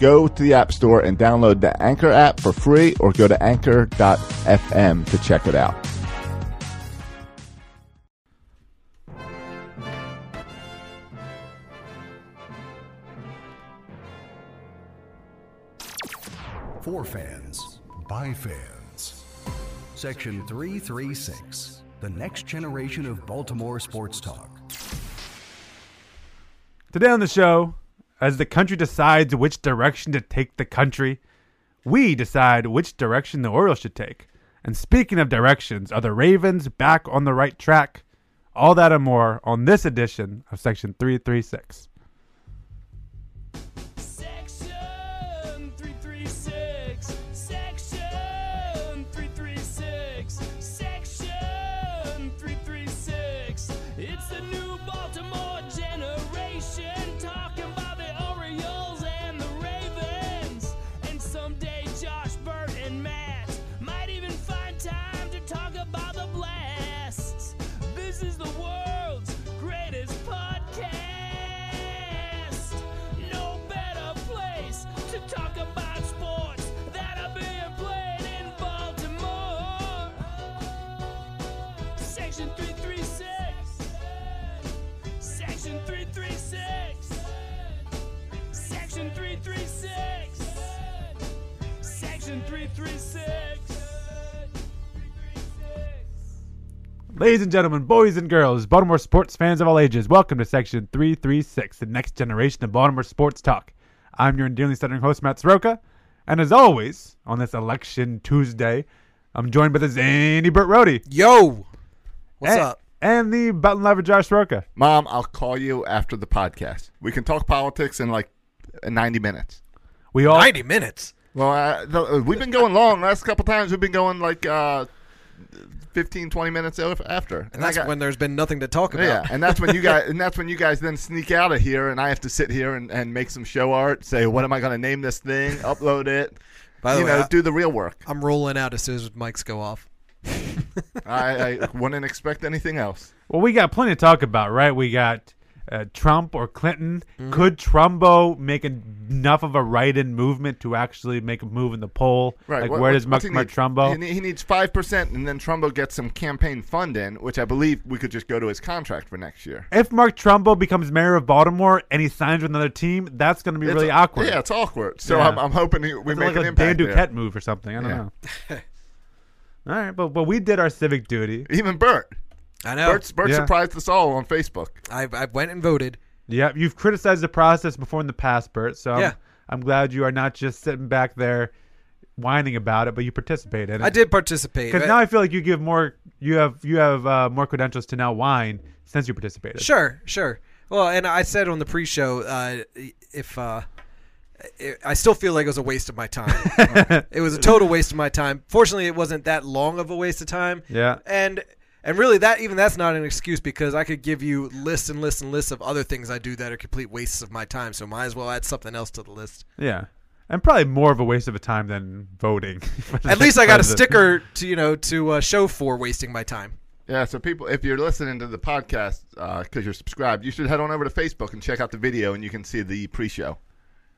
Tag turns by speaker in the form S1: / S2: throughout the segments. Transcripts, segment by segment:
S1: Go to the App Store and download the Anchor app for free or go to anchor.fm to check it out.
S2: For fans, by fans. Section 336, the next generation of Baltimore sports talk.
S3: Today on the show, as the country decides which direction to take the country, we decide which direction the Orioles should take. And speaking of directions, are the Ravens back on the right track? All that and more on this edition of Section 336.
S4: Section 336. Section 336. Section 336. It's the new Baltimore generation talking about the Orioles and the Ravens. And someday Josh, Burt, and Matt might even find time to talk about the blasts. This is the world's greatest podcast. No better place to talk about sports that are being played in Baltimore. Section 336. Section 336. Section 336. Section 336.
S3: Ladies and gentlemen, boys and girls, Baltimore sports fans of all ages, welcome to Section 336, the next generation of Baltimore sports talk. I'm your endearingly stuttering host, Matt Soroka, and as always, on this election Tuesday, I'm joined by the zany Burt Rohde.
S5: Yo, what's
S3: and,
S5: up?
S3: And the button lever Josh Soroka.
S1: Mom, I'll call you after the podcast. We can talk politics in like 90 minutes.
S3: We all
S5: Ninety minutes.
S1: Well, I, the, we've been going long. Last couple times we've been going like uh, 15, 20 minutes af- after.
S5: And that's
S1: I got-
S5: when there's been nothing to talk about.
S1: yeah, and that's when you guys and that's when you guys then sneak out of here, and I have to sit here and, and make some show art. Say, what am I going to name this thing? Upload it.
S5: By the
S1: you
S5: way,
S1: know,
S5: I-
S1: do the real work.
S5: I'm rolling out as soon as mics go off.
S1: I, I wouldn't expect anything else.
S3: Well, we got plenty to talk about, right? We got uh, Trump or Clinton.
S1: Mm-hmm.
S3: Could Trumbo make en- enough of a right-in movement to actually make a move in the poll?
S1: Right.
S3: Like,
S1: what-
S3: where does
S1: what's
S3: Mark,
S1: he
S3: Mark
S1: need?
S3: Trumbo?
S1: He, ne- he needs five percent, and then Trumbo gets some campaign funding, which I believe we could just go to his contract for next year.
S3: if Mark Trumbo becomes mayor of Baltimore and he signs with another team, that's going to be
S1: It's-
S3: really awkward.
S1: Yeah, it's awkward. So
S3: Yeah.
S1: I'm, I'm hoping he, we
S3: It's
S1: make
S3: like
S1: an
S3: a Dan
S1: impact. there.
S3: Duquette move or something. I don't
S1: Yeah.
S3: know. all right, but but we did our civic duty.
S1: Even Bert.
S5: I know.
S1: Bert, Bert
S3: Oh, Yeah.
S1: surprised us all on Facebook.
S5: I, I went and voted.
S3: Yeah, you've criticized the process before in the past, Bert. So I'm,
S5: Yeah.
S3: I'm glad you are not just sitting back there whining about it, but you participate in it.
S5: I did participate.
S3: Because
S5: but-
S3: now I feel like you give more, you have you have uh, more credentials to now whine since you participated.
S5: sure, sure. Well, and I said on the pre-show, uh, if uh, i I still feel like it was a waste of my time. it was a total waste of my time. Fortunately, it wasn't that long of a waste of time.
S3: Yeah.
S5: And and really, that even that's not an excuse because I could give you lists and lists and lists of other things I do that are complete wastes of my time. So might as well add something else to the list.
S3: Yeah, and probably more of a waste of a time than voting. for the
S5: At least I got a
S3: president.
S5: sticker to you know to uh, show for wasting my time.
S1: Yeah, so people, if you're listening to the podcast because you're subscribed, you should head on over to Facebook and check out the video, and you can see the pre-show.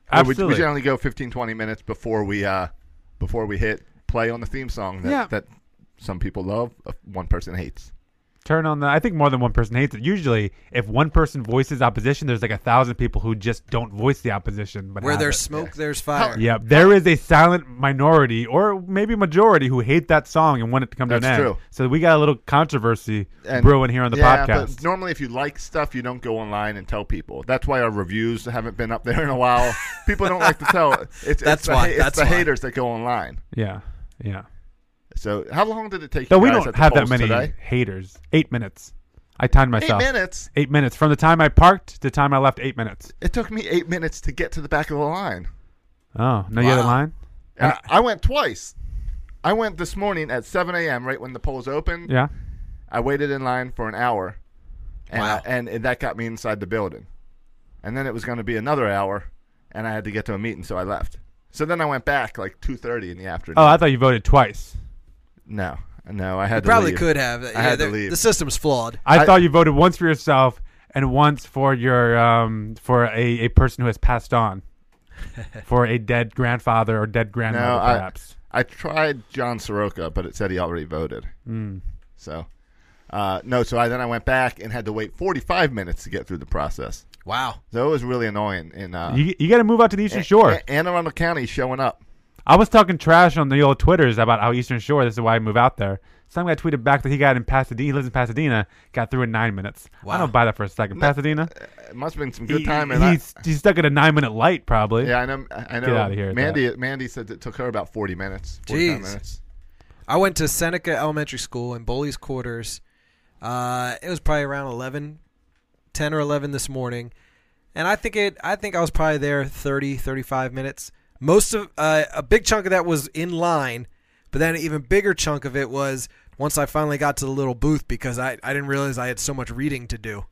S1: Uh, We, we
S3: Absolutely.
S1: generally go 15, 20 minutes before we uh, before we hit play on the theme song that,
S3: Yeah.
S1: that some people love, uh, one person hates.
S3: Turn on the. I think more than one person hates it. Usually, if one person voices opposition, there's like a thousand people who just don't voice the opposition. But
S5: Where
S3: have
S5: there's
S3: it.
S5: smoke, there's fire.
S3: Yeah, there is a silent minority or maybe majority who hate that song and want it to come to
S1: That's
S3: an end.
S1: true.
S3: So we got a little controversy
S1: And-
S3: brewing here on the
S1: yeah,
S3: podcast.
S1: But normally, if you like stuff, you don't go online and tell people. That's why our reviews haven't been up there in a while. people don't like to tell. It's, it's
S5: That's
S1: the,
S5: why,
S1: It's
S5: that's
S1: the
S5: why.
S1: haters that go online.
S3: yeah, yeah.
S1: So, how long did it take?
S3: Though
S1: you
S3: we
S1: guys
S3: don't
S1: at the
S3: have that
S1: polls
S3: many
S1: Today?
S3: haters. Eight minutes. I timed
S1: Eight
S3: myself.
S1: minutes.
S3: Eight minutes from the time I parked to the time I left. Eight minutes.
S1: It took me eight minutes to get to the back of the line.
S3: Oh, no, you had a
S5: Wow.
S3: line?
S1: And I, I went twice. I went this morning at 7 a.m. right when the polls opened.
S3: Yeah.
S1: I waited in line for an hour, and
S5: Wow.
S1: and it- that got me inside the building. And then it was going to be another hour, and I had to get to a meeting, so I left. So then I went back like 2:30 in the afternoon.
S3: Oh, I thought you voted twice.
S1: no, no, I had to
S5: Probably
S1: leave.
S5: could have. Yeah,
S1: had to
S5: the-
S1: leave.
S5: The system's flawed.
S3: I,
S1: I-
S3: thought you voted once for yourself and once for your um for a, a person who has passed on, for a dead grandfather or dead grandmother,
S1: No, I-
S3: perhaps.
S1: I tried John Soroka, but it said he already voted.
S3: Hmm.
S1: So, uh, no. So I then I went back and had to wait 45 minutes to get through the process.
S5: Wow.
S1: So it was really annoying. In uh,
S3: you you got to move out to the Eastern
S1: A-
S3: Shore.
S1: A- Anne Arundel County showing up.
S3: I was talking trash on the old Twitters about how Eastern Shore. This is why I move out there. Some guy tweeted back that he got in Pasadena. He lives in Pasadena. Got through in nine minutes. I
S5: Wow.
S3: don't buy that for a second. Pasadena.
S1: It must have been some eh, good
S3: He-
S1: time. And I-
S3: he's, he's stuck at a nine minute light probably.
S1: Yeah, I know. I know.
S3: outta here with
S1: Mandy. Mandy said it took her about forty minutes. 45
S5: Jeez.
S1: minutes.
S5: I went to Seneca Elementary School in Bully's Quarters. Uh, it was probably around 11, 10 or 11 this morning. And I think it I think I was probably there 30, 35 minutes. Most of uh, a big chunk of that was in line, but then an even bigger chunk of it was once I finally got to the little booth because I, I didn't realize I had so much reading to do.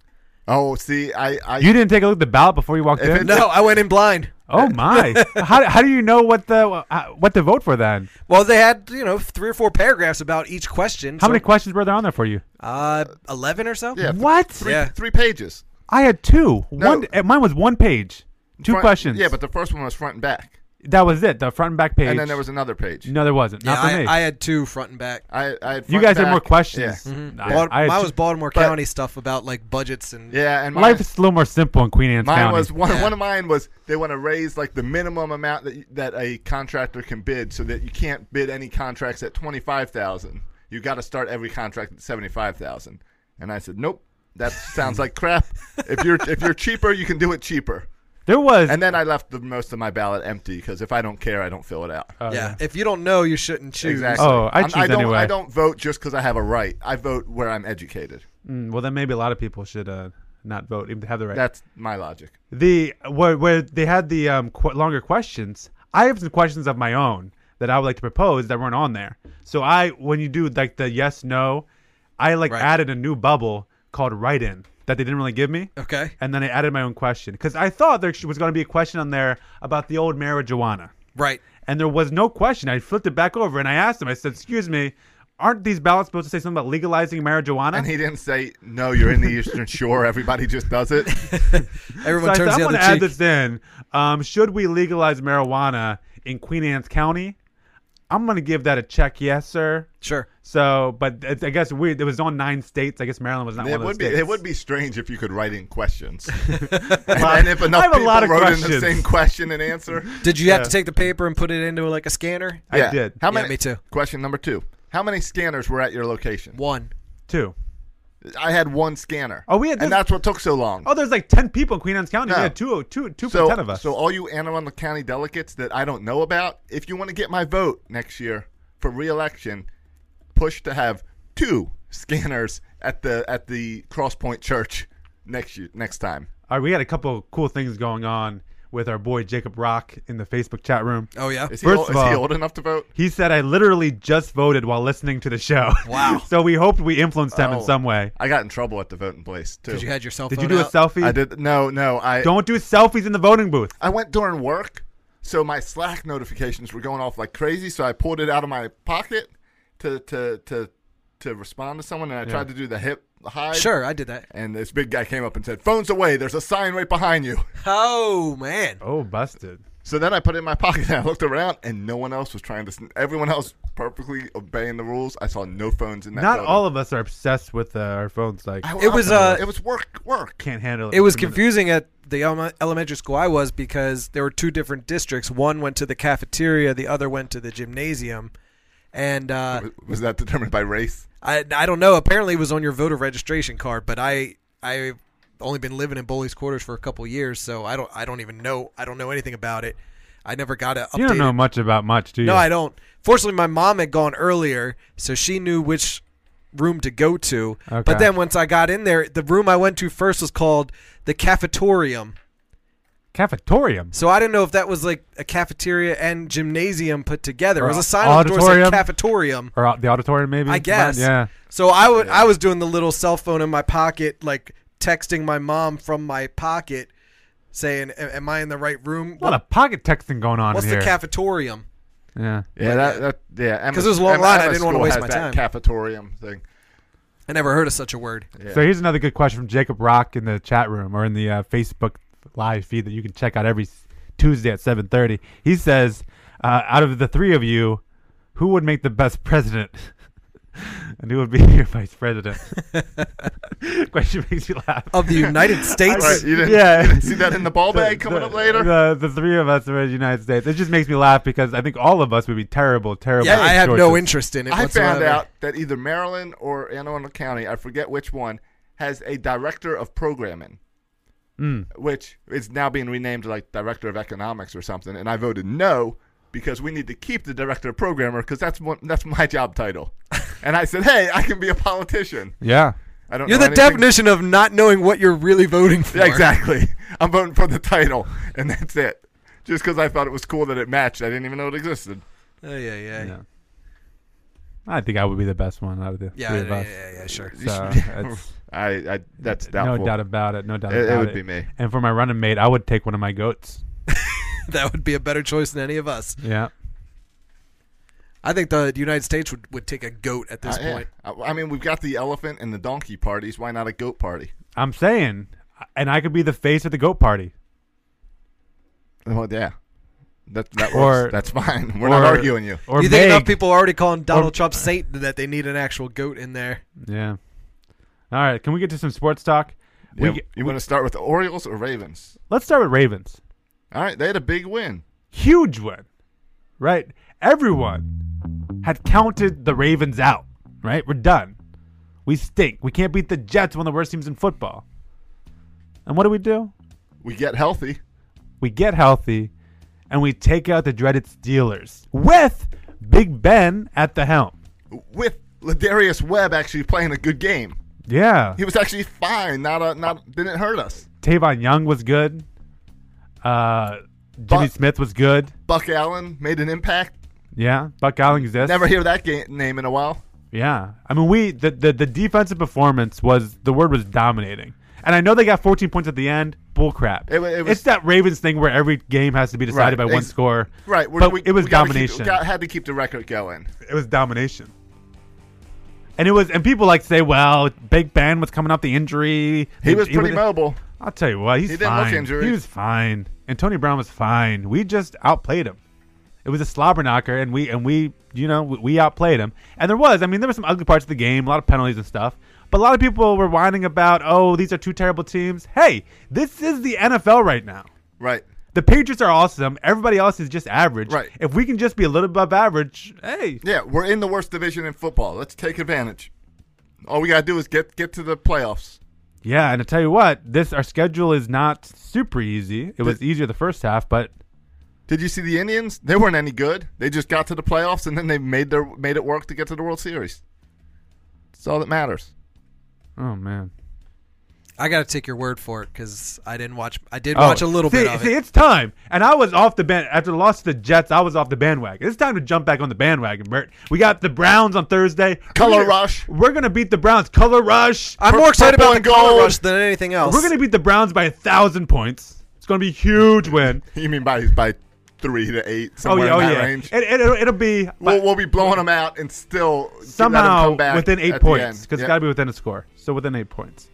S1: Oh, see, I, I
S3: You didn't take a look at the ballot before you walked
S1: If
S3: in.
S1: it-
S5: No, I went in blind.
S3: Oh my! how, how do you know what the uh, what to vote for then?
S5: Well, they had, you know, three or four paragraphs about each question.
S3: How
S5: so-
S3: many questions were there on there for you?
S5: Uh, 11 or so?
S1: yeah, th-
S3: What?
S1: Three,
S5: Yeah.
S1: three pages.
S3: I had two.
S1: No.
S3: One. uh, Mine was one page. Two
S1: Front-
S3: questions.
S1: Yeah, but the first one was front and back,
S3: that was it. The front and back page.
S1: and then there was another page.
S3: no, there wasn't.
S5: Yeah,
S3: Not for
S5: I,
S3: me.
S5: I had two front and back.
S1: I, I had
S3: you
S1: front
S3: guys
S1: back.
S3: had more questions.
S1: Yeah,
S3: I,
S5: Bal-
S3: I had
S5: mine
S3: two-
S5: was Baltimore
S1: but-
S5: County stuff about like budgets and
S1: yeah and mine,
S3: Life is a little more simple in Queen Anne's
S1: mine
S3: County.
S1: was one.
S5: Yeah.
S1: One of mine was they want to raise like the minimum amount that you, that a contractor can bid, so that you can't bid any contracts at twenty five thousand. You got to start every contract at seventy five thousand. And I said, nope, that sounds like crap. If you're if you're cheaper, you can do it cheaper.
S3: there was.
S1: And then I left the most of my ballot empty because if I don't care, I don't fill it out.
S3: oh,
S5: yeah. If you don't know, you shouldn't choose.
S1: Exactly.
S3: Oh, I
S1: I'm-
S3: choose
S1: I don't,
S3: anyway.
S1: I don't vote just because I have a right. I vote where I'm educated.
S3: Mm, well, then maybe a lot of people should uh, not vote, even to have the right.
S1: That's my logic.
S3: the where, where they had the um, qu- longer questions i have some questions of my own that i would like to propose that weren't on there so i when you do like the yes no i like
S5: Right.
S3: added a new bubble called write in that they didn't really give me
S5: Oh, Okay.
S3: and then i added my own question because i thought there sh- was going to be a question on there about the old marijuana
S5: Right.
S3: and there was no question i flipped it back over and i asked him i said excuse me aren't these ballots supposed to say something about legalizing marijuana
S1: And he didn't say, no, you're in the Eastern Shore. Everybody just does it.
S5: Everyone
S3: so I
S5: turns
S3: said,
S5: the
S3: I'm
S5: other
S3: to add
S5: cheek.
S3: this in. Um, should we legalize marijuana in Queen Anne's County? I'm going to give that a check, yes, sir.
S5: Sure.
S3: So, but it, I guess we it was on nine states. I guess Maryland was not
S1: It
S3: one of
S1: would, be,
S3: those
S1: it
S3: states.
S1: would be strange if you could write in questions. and, and if enough
S3: I have a
S1: people
S3: lot of
S1: wrote in the
S3: questions.
S1: same question and answer.
S5: Did you have to take the paper and put it into like a scanner?
S3: I
S1: yeah.
S3: did.
S1: How
S5: Yeah,
S1: many,
S5: me too.
S1: Question number two. How many scanners were at your location?
S5: One.
S3: Two.
S1: I had one scanner.
S3: Oh, we had this-
S1: and that's what took so long.
S3: Oh, there's like ten people in Queen Anne's County. We
S1: No.
S3: had two, two, two
S1: So,
S3: for ten of us.
S1: so all you Anne Arundel County delegates that I don't know about, if you want to get my vote next year for reelection, push to have two scanners at the at the Crosspoint Church next year next time.
S3: all right, we had a couple cool things going on with our boy Jacob Rock in the Facebook chat room.
S5: Oh yeah.
S1: Is he,
S3: First
S1: old,
S3: of
S1: is he
S3: all-
S1: old enough to vote?
S3: He said, "I literally just voted while listening to the show."
S5: Wow.
S3: so we hoped we influenced him in
S1: Oh.
S3: some way.
S1: I got in trouble at the voting place too.
S5: Did you had your cell phone?
S3: Did you do a
S5: out?
S3: selfie?
S1: I did no no I
S3: Don't do selfies in the voting booth.
S1: I went during work, so my Slack notifications were going off like crazy. So I pulled it out of my pocket to to to to respond to someone, and I tried to do the hip high.
S5: Sure, I did that.
S1: And this big guy came up and said, "Phones away! There's a sign right behind you."
S5: Oh man.
S3: Oh, busted.
S1: So then I put it in my pocket and I looked around, and no one else was trying to. sn- Everyone else perfectly obeying the rules. I saw no phones in that.
S3: Not
S1: building.
S3: all of us are obsessed with uh, our phones. Like,
S1: I-
S5: It was, uh,
S1: it was work, work.
S3: can't handle it.
S5: It was
S3: for a minute.
S5: confusing at the elem- elementary school I was because there were two different districts. One went to the cafeteria, the other went to the gymnasium. And uh,
S1: Was- Was that determined by race?
S5: I I don't know. Apparently, it was on your voter registration card, but I I only been living in Bully's quarters for a couple years, so I don't I don't even know I don't know anything about it. I never got it.
S3: You don't know much about much, do you?
S5: No, I don't. Fortunately, my mom had gone earlier, so she knew which room to go to.
S3: Okay.
S5: But then once I got in there, the room I went to first was called the cafetorium.
S3: Cafetorium.
S5: So I didn't know if that was like a cafeteria and gymnasium put together. It was
S3: Or
S5: a sign on the door
S3: auditorium.
S5: that said cafetorium.
S3: Or out- the auditorium, maybe?
S5: I guess.
S3: Yeah.
S5: So I would I was doing the little cell phone in my pocket, like texting my mom from my pocket, saying, "A- "Am I in the right room?
S3: A lot of pocket texting going on
S5: What's
S3: here.
S5: the cafetorium?"
S3: yeah.
S1: Yeah, that, that yeah.
S5: 'Cause it was a long line, I didn't wanna
S1: to
S5: waste my time.
S1: Cafetorium thing.
S5: I never heard of such a word.
S1: Yeah.
S3: So here's another good question from Jacob Rock in the chat room or in the uh, Facebook live feed that you can check out every s- Tuesday at 7:30. He says, uh, "Out of the three of you, who would make the best president?" and who would be your vice president? question makes me laugh.
S5: Of the United States.
S1: Right, you didn't,
S3: Yeah.
S1: you didn't see that in the ball bag coming
S3: the,
S1: up later.
S3: The, the three of us are in the United States. It just makes me laugh because I think all of us would be terrible, terrible.
S5: yeah, I have no
S3: choices.
S5: interest in it.
S1: I found
S5: whatsoever.
S1: out that either Maryland or Anne Arundel County, I forget which one, has a director of programming,
S5: Hmm.
S1: which is now being renamed like director of economics or something. And I voted no because we need to keep the director of programmer because that's one, that's my job title. and I said, hey, I can be a politician.
S3: Yeah.
S1: I don't.
S5: You're
S1: know
S5: the
S1: anything-
S5: definition of not knowing what you're really voting for.
S1: Yeah, exactly. I'm voting for the title, and that's it. Just because I thought it was cool that it matched, I didn't even know it existed.
S5: Oh, Yeah, yeah, yeah.
S3: Yeah. I think I would be the best one out of the
S5: Yeah,
S3: three
S5: yeah,
S3: of
S5: yeah,
S3: us.
S5: yeah, yeah, sure.
S3: So it's-
S1: I, I that's doubtful.
S3: No doubt about it. No doubt
S1: It- it
S3: about it.
S1: would be me.
S3: And for my running mate, I would take one of my goats.
S5: That would be a better choice than any of us.
S3: Yeah.
S5: I think the United States would, would take a goat at this
S1: Uh, yeah.
S5: point.
S1: I- I mean, we've got the elephant and the donkey parties. Why not a goat party?
S3: I'm saying, and I could be the face of the goat party.
S1: Oh yeah, that that
S3: Or-
S1: works. That's fine. We're
S3: or-
S1: not arguing you.
S3: Or
S5: you think
S3: Meg.
S5: enough people are already calling Donald
S3: Or-
S5: Trump Satan that they need an actual goat in there?
S3: Yeah. All right. Can we get to some sports talk?
S1: Yeah,
S3: we, get-
S1: you want to start with the Orioles or Ravens?
S3: let's start with Ravens.
S1: All right, they had a big win.
S3: Huge win, right? Everyone had counted the Ravens out. Right? We're done. We stink. We can't beat the Jets, one of the worst teams in football. And what do we do?
S1: We get healthy.
S3: we get healthy, and we take out the dreaded Steelers with Big Ben at the helm.
S1: with Ladarius Webb actually playing a good game.
S3: Yeah,
S1: He was actually fine. Not a, not didn't hurt us.
S3: Tavon Young was good. Uh, Jimmy
S1: But-
S3: Smith was good.
S1: Buck Allen made an impact.
S3: Yeah, Buck Allen exists.
S1: Never hear that ga- name in a while.
S3: Yeah, I mean we the, the the defensive performance was the word was dominating. And I know they got 14 points at the end. Bullcrap.
S1: It wa- it was-
S3: it's that Ravens thing where every game has to be decided
S1: Right,
S3: by one
S1: ex-
S3: score.
S1: Right, we're-
S3: but it was
S1: gotta keep-
S3: domination.
S1: got- had to keep the record going.
S3: it was domination. And it was, and people like to say, "Well, Big Ben was coming off the injury.
S1: He was pretty
S3: was-
S1: mobile.
S3: I'll tell you what, he's
S1: He didn't look
S3: fine.
S1: injured.
S3: He was fine, and Tony Brown was fine. We just outplayed him. It was a slobber knocker, and we and we, you know, we, we outplayed him. And there was, I mean, there were some ugly parts of the game, a lot of penalties and stuff. But a lot of people were whining about, "Oh, these are two terrible teams." Hey, this is the NFL right now.
S1: Right.
S3: The Patriots are awesome. Everybody else is just average.
S1: Right.
S3: If we can just be a little above average, hey,
S1: Yeah, we're in the worst division in football. Let's take advantage. All we gotta do is get get to the playoffs.
S3: Yeah, and I tell you what, this our schedule is not super easy. It was easier the first half, but
S1: Did you see the Indians? They weren't any good. They just got to the playoffs and then they made their made it work to get to the World Series. That's all that matters.
S3: oh man,
S5: I got to take your word for it because I didn't watch. I did
S3: oh,
S5: watch a little
S3: see,
S5: bit of
S3: see,
S5: it.
S3: it's time. And I was off the band after the loss to the Jets. I was off the bandwagon. It's time to jump back on the bandwagon, Bert. We got the Browns on Thursday.
S1: Color
S3: We're gonna-
S1: rush.
S3: We're gonna beat the Browns. Color rush.
S5: I'm
S1: Pur-
S5: more excited
S1: purple
S5: about the
S1: and
S5: color
S1: gold.
S5: rush than anything else.
S3: We're gonna beat the Browns by a thousand points. It's gonna be a huge win.
S1: You mean by by three to eight somewhere
S3: oh
S1: in
S3: yeah,
S1: that
S3: oh yeah.
S1: range?
S3: It, it, it'll, it'll be
S1: we'll, we'll be blowing them out and still let 'em
S3: somehow
S1: come back
S3: within
S1: at
S3: eight
S1: the
S3: points
S1: end.
S3: because
S1: Yeah.
S3: it's got to be within a score. So within eight points.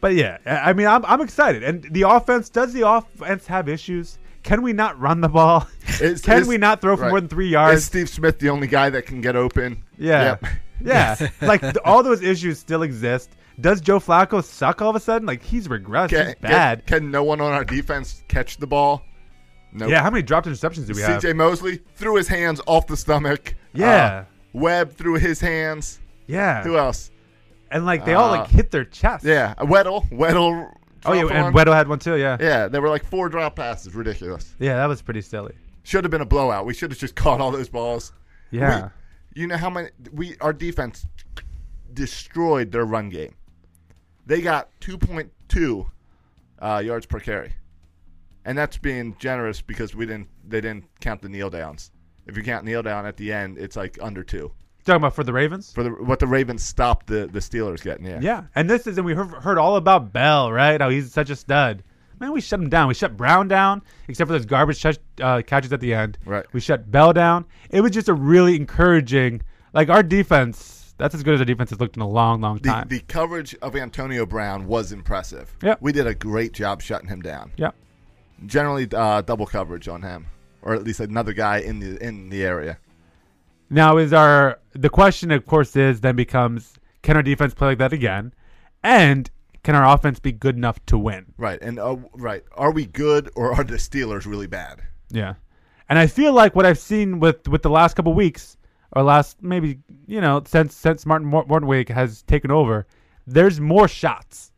S3: But yeah, I I mean, I'm, I'm excited. And the offense does the offense have issues? Can we not run the ball?
S1: Is-
S3: can
S1: is-
S3: we not throw for
S1: right.
S3: more than three
S1: Is
S3: yards?
S1: Steve Smith the only guy that can get open?
S3: yeah,
S1: Yep.
S3: yeah. like th- all those issues still exist. Does Joe Flacco suck all of a sudden? Like he's regressed.
S1: Can,
S3: he's
S1: can-
S3: bad.
S1: Can, no one on our defense catch the ball? No.
S3: yeah. How many dropped interceptions do we have?
S1: CJ Mosley threw his hands off the stomach. Uh,
S3: Yeah.
S1: Webb threw his hands.
S3: yeah.
S1: Who else?
S3: And like they all
S1: Uh,
S3: like hit their chest.
S1: Yeah. Weddle. Weddle.
S3: Oh yeah.
S1: dropped one.
S3: And Weddle had one too. Yeah. yeah.
S1: Yeah, there were like four drop passes. Ridiculous.
S3: that was pretty silly.
S1: Should have been a blowout. We should have just caught all those balls.
S3: Yeah.
S1: We- you know how many we our defense destroyed their run game. They got 2.2 uh, yards per carry. and that's being generous because we didn't they didn't count the kneel downs. If you count kneel down at the end, it's like under two
S3: Talking about for the Ravens.
S1: for the what the Ravens stopped the the Steelers getting. Yeah,
S3: yeah, and this is and we heard, heard all about Bell, right? How he's such a stud. Man, we shut him down. We shut Brown down, except for those garbage touch, uh, catches at the end.
S1: Right.
S3: We shut Bell down. It was just a really encouraging. Like our defense, that's as good as our defense has looked in a long, long
S1: The,
S3: time.
S1: the coverage of Antonio Brown was impressive.
S3: Yeah.
S1: We did a great job shutting him down.
S3: yeah.
S1: Generally, uh, double coverage on him, or at least another guy in the in the area.
S3: Now is our the question, of course, is then becomes can our defense play like that again, and can our offense be good enough to win?
S1: Right, and uh, right, are we good or are the Steelers really bad?
S3: Yeah, and I feel like what I've seen with with the last couple weeks or last maybe you know since since Martin Mor- Mortwig has taken over, there's more shots,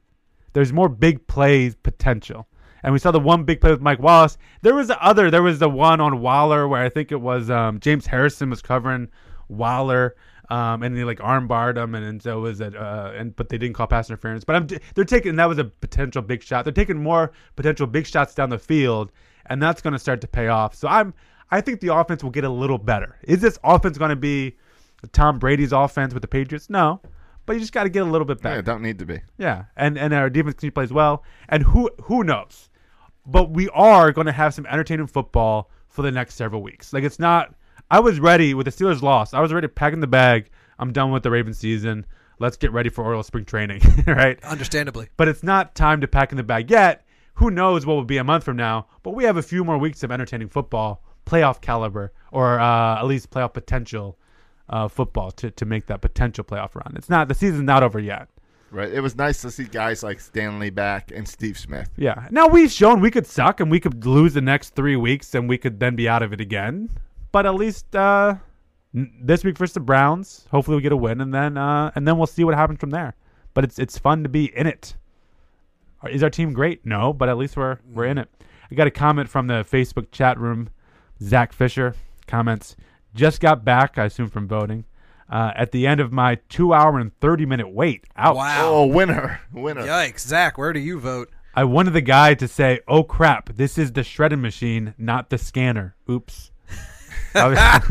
S3: there's more big plays potential, and we saw the one big play with Mike Wallace. There was the other, there was the one on Waller where I think it was um, James Harrison was covering Waller. Um, and they like arm barred him, and, and so it was it. Uh, and but they didn't call pass interference. But I'm they're taking that was a potential big shot. They're taking more potential big shots down the field, and that's going to start to pay off. So I'm I think the offense will get a little better. Is this offense going to be Tom Brady's offense with the Patriots? No, but you just got to get a little bit
S1: Yeah,
S3: better.
S1: don't need to be.
S3: Yeah, and and our defense continue to play as well. And who who knows? But we are going to have some entertaining football for the next several weeks. Like it's not. I was ready with the Steelers loss. I was ready packing the bag. I'm done with the Ravens season. Let's get ready for Oriole spring training, right?
S5: Uh, Understandably.
S3: But it's not time to pack in the bag yet. Who knows what will be a month from now? But we have a few more weeks of entertaining football, playoff caliber, or uh, at least playoff potential uh, football to, to make that potential playoff run. It's not the season's not over yet.
S1: Right, it was nice to see guys like Stanley back and Steve Smith.
S3: Yeah. Now we've shown we could suck and we could lose the next three weeks and we could then be out of it again. But at least uh, n- this week versus the Browns, hopefully we get a win and then uh, and then we'll see what happens from there. But it's it's fun to be in it. Are- Is our team great? No, but at least we're we're in it. I got a comment from the Facebook chat room. Zach Fisher comments: Just got back, I assume from voting. Uh, at the end of my two-hour and thirty-minute wait. Ouch.
S5: Wow.
S1: Oh, winner, winner.
S5: Yikes. Zach, where do you vote?
S3: I wanted the guy to say, "Oh crap, this is the shredding machine, not the scanner." Oops. That'd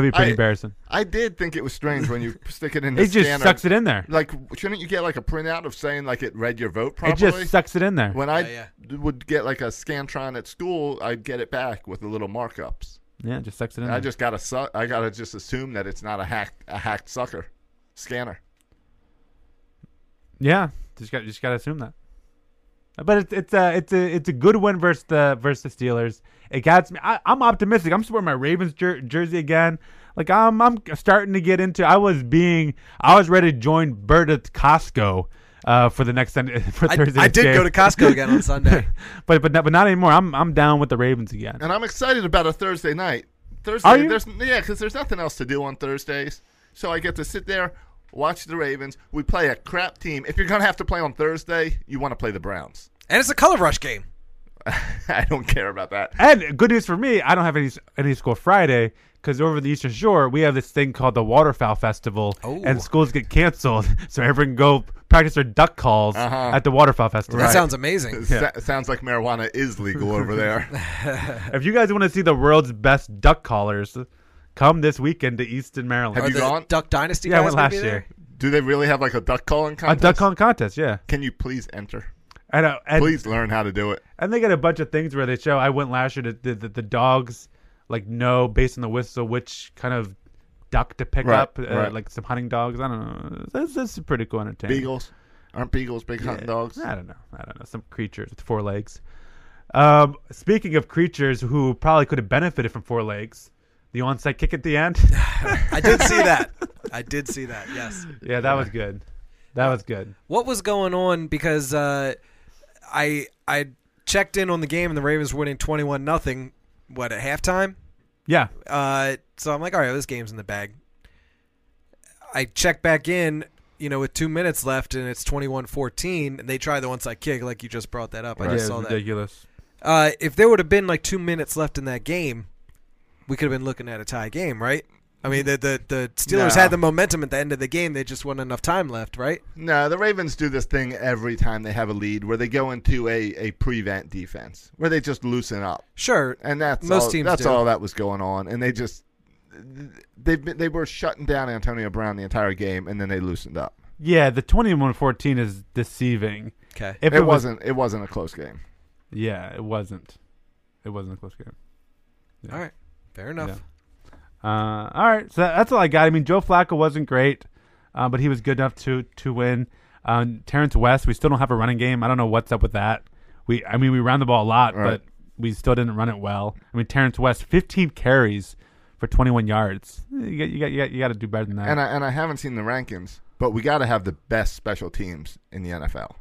S3: be pretty
S1: I-
S3: embarrassing.
S1: I did think it was strange when you stick it in the
S3: It just
S1: scanner.
S3: sucks it in there.
S1: Like, shouldn't you get like a printout of saying like it read your vote
S3: It
S1: properly?
S3: just sucks it in there.
S1: When I
S5: Yeah,
S1: would get like a scantron at school, I'd get it back with the little markups.
S3: Yeah, it just sucks it in.
S1: I
S3: there.
S1: just gotta su- I gotta just assume that it's not a hacked a hacked sucker scanner.
S3: yeah, just got just got to assume that. But it's it's a it's a it's a good win versus the versus the Steelers. It gets me. I, I'm optimistic. I'm just wearing my Ravens jer- jersey again. Like I'm I'm starting to get into. I was being I was ready to join Bert at Costco uh, for the next Sunday for
S5: I,
S3: Thursday.
S5: I did go to Costco again on Sunday.
S3: but but not, but not anymore. I'm I'm down with the Ravens again.
S1: And I'm excited about a Thursday night. Thursday,
S3: Are you?
S1: there's yeah, because there's nothing else to do on Thursdays, so I get to sit there, watch the Ravens. We play a crap team. If you're gonna have to play on Thursday, you want to play the Browns.
S5: And it's a color rush game.
S1: I don't care about that.
S3: And good news for me, I don't have any any school Friday because over the Eastern Shore we have this thing called the Waterfowl Festival,
S5: Oh.
S3: and schools get canceled, so everyone can go practice their duck calls
S1: Uh-huh.
S3: at the Waterfowl Festival.
S5: That sounds amazing.
S1: Sa- sounds like marijuana is legal over there.
S3: If you guys want to see the world's best duck callers, come this weekend to Easton, Maryland.
S1: Have
S5: Are
S1: you
S5: the
S1: gone?
S5: Duck Dynasty
S3: yeah, I
S5: guys
S3: went
S5: gonna
S3: last
S5: be there?
S3: year.
S1: Do they really have like a duck calling
S3: A
S1: contest?
S3: duck calling contest, yeah.
S1: Can you please enter?
S3: And, uh, and
S1: Please learn how to do it.
S3: And they got a bunch of things where they show. I went last year to the, the, the dogs, like know based on the whistle which kind of duck to pick
S1: Right,
S3: up, uh,
S1: right.
S3: like some hunting dogs. I don't know. This, this is pretty cool entertainment.
S1: Beagles aren't beagles big hunting dogs?
S3: I don't know. I don't know. Some creatures with four legs. Um, speaking of creatures who probably could have benefited from four legs, the onside kick at the end.
S5: I did see that. I did see that. Yes.
S3: yeah, that was good. That was good.
S5: What was going on? Because uh, I I checked in on the game and the Ravens were winning twenty one nothing. What at halftime?
S3: Yeah.
S5: Uh, so I'm like, all right, this game's in the bag. I check back in, you know, with two minutes left and it's 21-14, and they try the onside kick, like you just brought that up. I
S3: yeah,
S5: just
S3: it
S5: saw
S3: was
S5: that.
S3: ridiculous.
S5: Uh, if there would have been like two minutes left in that game, we could have been looking at a tie game, right? I mean, the the, the Steelers
S6: No.
S5: had the momentum at the end of the game. They just wasn't enough time left, right?
S1: No, the Ravens do this thing every time they have a lead where they go into a, a prevent defense where they just loosen up.
S5: Sure.
S1: And that's
S5: Most
S1: all,
S5: teams
S1: that's
S5: do.
S1: all that was going on and they just they they were shutting down Antonio Brown the entire game and then they loosened up.
S3: Yeah, the 21-14 is deceiving.
S5: okay.
S3: If
S1: it
S3: was-
S1: wasn't it wasn't a close game.
S3: Yeah, it wasn't. It wasn't a close game.
S5: All right. Fair enough.
S3: Yeah. Uh, all right, so that- that's all I got. I mean, Joe Flacco wasn't great, uh, but he was good enough to to win. Um, Terrence West, we still don't have a running game. I don't know what's up with that. We, I mean, we ran the ball a lot,
S1: Right.
S3: but we still didn't run it well. I mean, Terrence West, 15 carries for 21 yards. You got, you got, you got, you got to do better than that.
S1: And I and I haven't seen the rankings, but we got to have the best special teams in the NFL.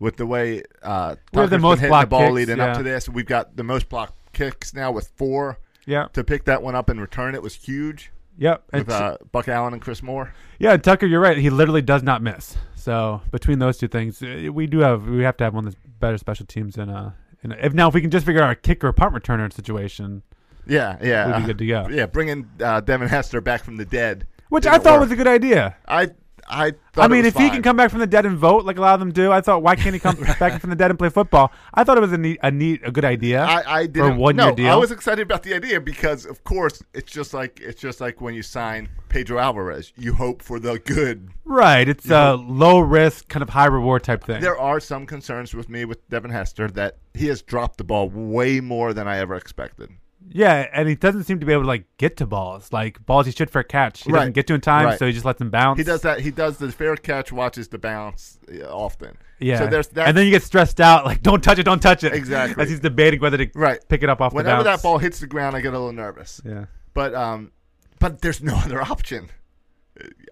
S1: With the way uh,
S3: We have the
S1: Tucker's been
S3: most
S1: hitting the
S3: blocked
S1: ball
S3: kicks,
S1: leading
S3: yeah.
S1: up to this, we've got the most blocked kicks now with four.
S3: yeah,
S1: To pick that one up and return it was huge
S3: yep. And
S1: with
S3: t-
S1: uh, Buck Allen and Chris Moore.
S3: yeah, Tucker, you're right. He literally does not miss. So between those two things, uh, we do have we have to have one of the better special teams. And uh, and if now if we can just figure out our kicker punt returner situation.
S1: Yeah, yeah,
S3: We'd be good to go.
S1: Yeah, bringing uh, Devin Hester back from the dead,
S3: Which
S1: didn't
S3: I thought
S1: work.
S3: was a good idea.
S1: I I
S3: I
S1: thought it
S3: mean,
S1: was
S3: if he
S1: fine.
S3: can come back from the dead and vote like a lot of them do, I thought why can't he come back from the dead and play football? I thought it was a neat, a neat, a good idea.
S1: I, I
S3: for
S1: didn't.
S3: a one
S1: no,
S3: year deal.
S1: I was excited about the idea because, of course, it's just like it's just like when you sign Pedro Alvarez. You hope for the good.
S3: right, it's a low risk, kind of high reward type thing.
S1: Mm-hmm. There are some concerns with me with Devin Hester that he has dropped the ball way more than I ever expected.
S3: yeah, and he doesn't seem to be able to like get to balls, like balls he should for a catch. He doesn't
S1: Right.
S3: get to in time,
S1: Right.
S3: so he just lets them bounce.
S1: He does that. He does the fair catch, watches the bounce uh, often.
S3: Yeah,
S1: So there's that.
S3: and then you get stressed out, like don't touch it, don't touch it.
S1: Exactly.
S3: As he's debating whether to
S1: right.
S3: pick it up off
S1: Whenever
S3: the
S1: that
S3: bounce.
S1: ball hits the ground, I get a little nervous.
S3: Yeah.
S1: But um, but there's no other option.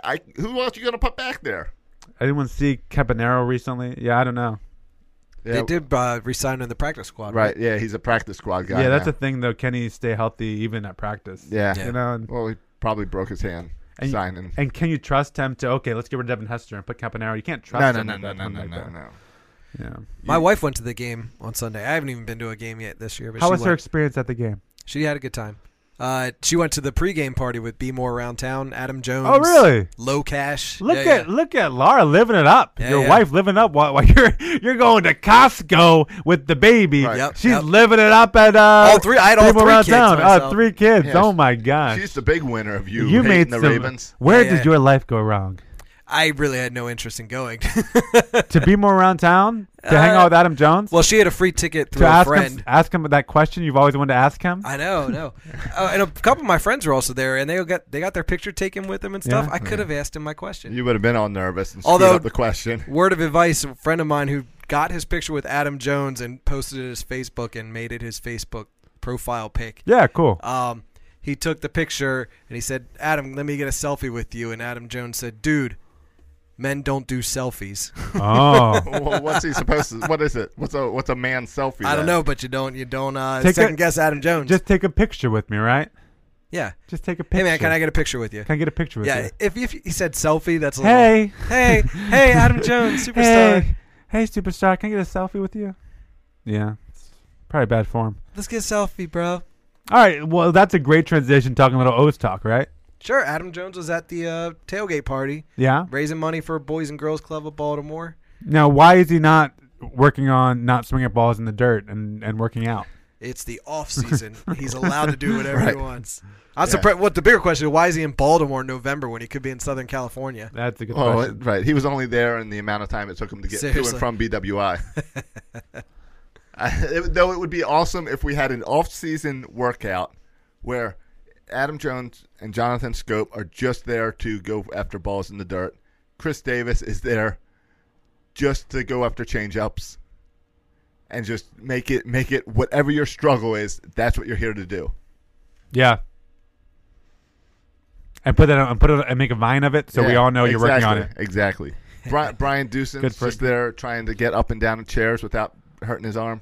S1: I who else you gonna put back there?
S3: Anyone see Caponero recently? Yeah, I don't know.
S1: Yeah,
S5: They did uh, resign in the practice squad,
S1: Right. Yeah, he's a practice squad guy.
S3: yeah, that's
S1: now.
S3: a thing though. Can he stay healthy even at practice?
S1: Yeah.
S3: You know, and,
S1: Well, he probably broke his hand
S3: and-
S1: signing.
S3: and can you trust him to okay? Let's get rid of Devin Hester and put Campanaro. You can't trust
S1: No, no,
S3: him.
S1: no,
S3: at
S1: no,
S3: that
S1: no,
S3: point
S1: no,
S3: like
S1: no,
S3: that.
S1: no.
S3: Yeah.
S5: My wife went to the game on Sunday. I haven't even been to a game yet this year. But
S3: How
S5: she
S3: was her
S5: went.
S3: experience at the game?
S5: She had a good time. Uh, she went to the pregame party with B More around town. Adam Jones.
S3: Oh, really?
S5: Low Cash.
S3: Look
S5: Yeah,
S3: at
S5: yeah.
S3: look at Laura living it up.
S5: Yeah,
S3: Your
S5: yeah.
S3: wife living up while, while you're you're going to Costco with the baby.
S1: Right.
S5: Yep,
S3: She's
S5: yep.
S3: living it up at uh,
S5: All three- I had all
S3: people
S5: three
S3: around
S5: kids
S3: town. Uh,
S5: myself.
S3: three kids.
S1: Yeah,
S3: oh
S1: she-
S3: my gosh.
S1: She's the big winner of you,
S3: you
S1: hating
S3: made
S1: the
S3: some-
S1: Ravens.
S3: Where
S5: Yeah,
S3: did
S5: yeah.
S3: your life go wrong?
S5: I really had no interest in going.
S3: to be more around town to hang
S5: Uh,
S3: out with Adam Jones.
S5: well, she had a free ticket through
S3: to
S5: a
S3: ask
S5: friend.
S3: him ask him that question you've always wanted to ask him.
S5: I know, no. Uh, and a couple of my friends were also there, and they got they got their picture taken with them and stuff.
S3: Yeah.
S5: I could have asked him my question.
S1: You would have been all nervous and
S5: Although-
S1: screwed up the question.
S5: Word of advice: a friend of mine who got his picture with Adam Jones and posted it as Facebook and made it his Facebook profile pic.
S3: yeah, cool.
S5: Um, he took the picture and he said, "Adam, let me get a selfie with you." And Adam Jones said, "Dude, men don't do selfies.
S3: Oh,
S1: well, what's he supposed to? What is it? What's a what's a man selfie?
S5: I don't
S1: then?
S5: know, but you don't you don't uh,
S3: Take
S5: second
S3: a-
S5: guess Adam Jones.
S3: just take a picture with me, right?
S5: yeah.
S3: Just take a picture.
S5: Hey man, can I get a picture with you?
S3: Can I get a picture with
S5: Yeah,
S3: you?
S5: if, if he said selfie, that's a little,
S3: Hey,
S5: hey, hey, Adam Jones, superstar.
S3: Hey, hey, superstar, can I get a selfie with you? Yeah, it's probably bad form.
S5: Let's get a selfie, bro.
S3: All right, well, that's a great transition. Talking a little O's talk, right?
S5: Sure, Adam Jones was at the uh, tailgate party
S3: Yeah.
S5: raising money for Boys and Girls Club of Baltimore.
S3: Now, why is he not working on not swinging balls in the dirt and and working out?
S5: It's the off season. He's allowed to do whatever
S1: Right.
S5: he wants. I'm surprised. What the bigger question is, why is he in Baltimore in November when he could be in Southern California?
S3: That's a good
S5: Oh,
S1: Well,
S3: question.
S1: it- Oh, right. He was only there in the amount of time it took him to get to
S5: Seriously.
S1: and from BWI. I, it, though it would be awesome if we had an off-season workout where Adam Jones and Jonathan Scope are just there to go after balls in the dirt. Chris Davis is there just to go after change-ups and just make it make it whatever your struggle is. That's what you're here to do.
S3: Yeah. And put that on, and put it and make a vine of it so we
S1: Yeah,
S3: all know you're working on it.
S1: exactly, Exactly. Brian, Brian
S3: Good
S1: Deucen's
S3: for-
S1: just there trying to get up and down in chairs without hurting his arm.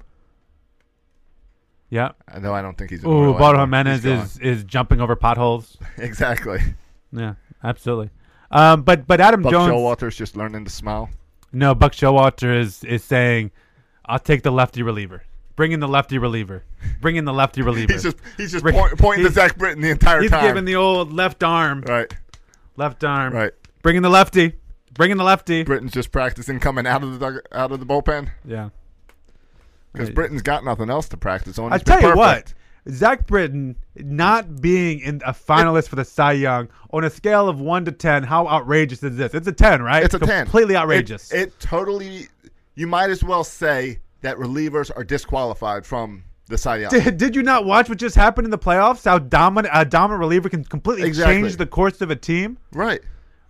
S3: Yeah.
S1: I know I don't think he's. in the
S3: Ooh,
S1: Royal
S3: Baldo
S1: Anthem.
S3: Jimenez
S1: He's
S3: is, is jumping over potholes.
S1: gone. exactly.
S3: Yeah, absolutely. Um, but but Adam
S1: Buck
S3: Jones,
S1: Showalter's just learning to smile.
S3: no, Buck Showalter is is saying, "I'll take the lefty reliever. Bring in the lefty reliever. Bring in the lefty reliever.
S1: He's just he's just
S3: Rick-
S1: point, pointing
S3: he's-
S1: to Zach Britton the entire
S3: He's
S1: time.
S3: giving the old left arm.
S1: right,
S3: Left arm.
S1: right.
S3: Bring in the lefty. Bring in the lefty.
S1: Britton's just practicing coming out of the dug- out of the bullpen
S3: yeah.
S1: because
S3: Right.
S1: Britton's got nothing else to practice on.
S3: I
S1: He's been
S3: tell you what,
S1: perfect.
S3: Zach Britton not being in a finalist for the Cy Young on a scale of one to ten, how outrageous is this? It's a ten, right?
S1: it's a
S3: completely
S1: ten.
S3: completely
S1: It-
S3: outrageous.
S1: It, totally. You might as well say that relievers are disqualified from the Cy Young.
S3: did, did you not watch what just happened in the playoffs? How dominant a dominant reliever can completely
S1: Exactly.
S3: change the course of a team?
S1: right.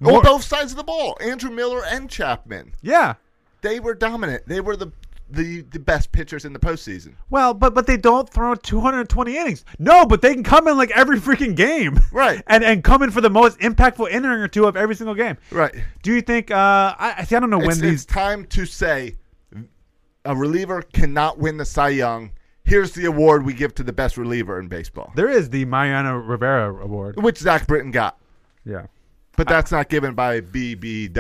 S3: More-
S1: on both sides of the ball, Andrew Miller and Chapman,
S3: Yeah.
S1: they were dominant. They were the the, the best pitchers in the postseason.
S3: Well, but but they don't throw 220 innings. No, but they can come in like every freaking game,
S1: Right.
S3: And and come in for the most impactful inning or two of every single game,
S1: Right.
S3: Do you think? Uh, I I see. I don't know when
S1: It's,
S3: these
S1: it's time to say a reliever cannot win the Cy Young. Here's the award we give to the best reliever in baseball,
S3: there is the Mariano Rivera Award.
S1: which Zach Britton got.
S3: Yeah.
S1: But that's not given by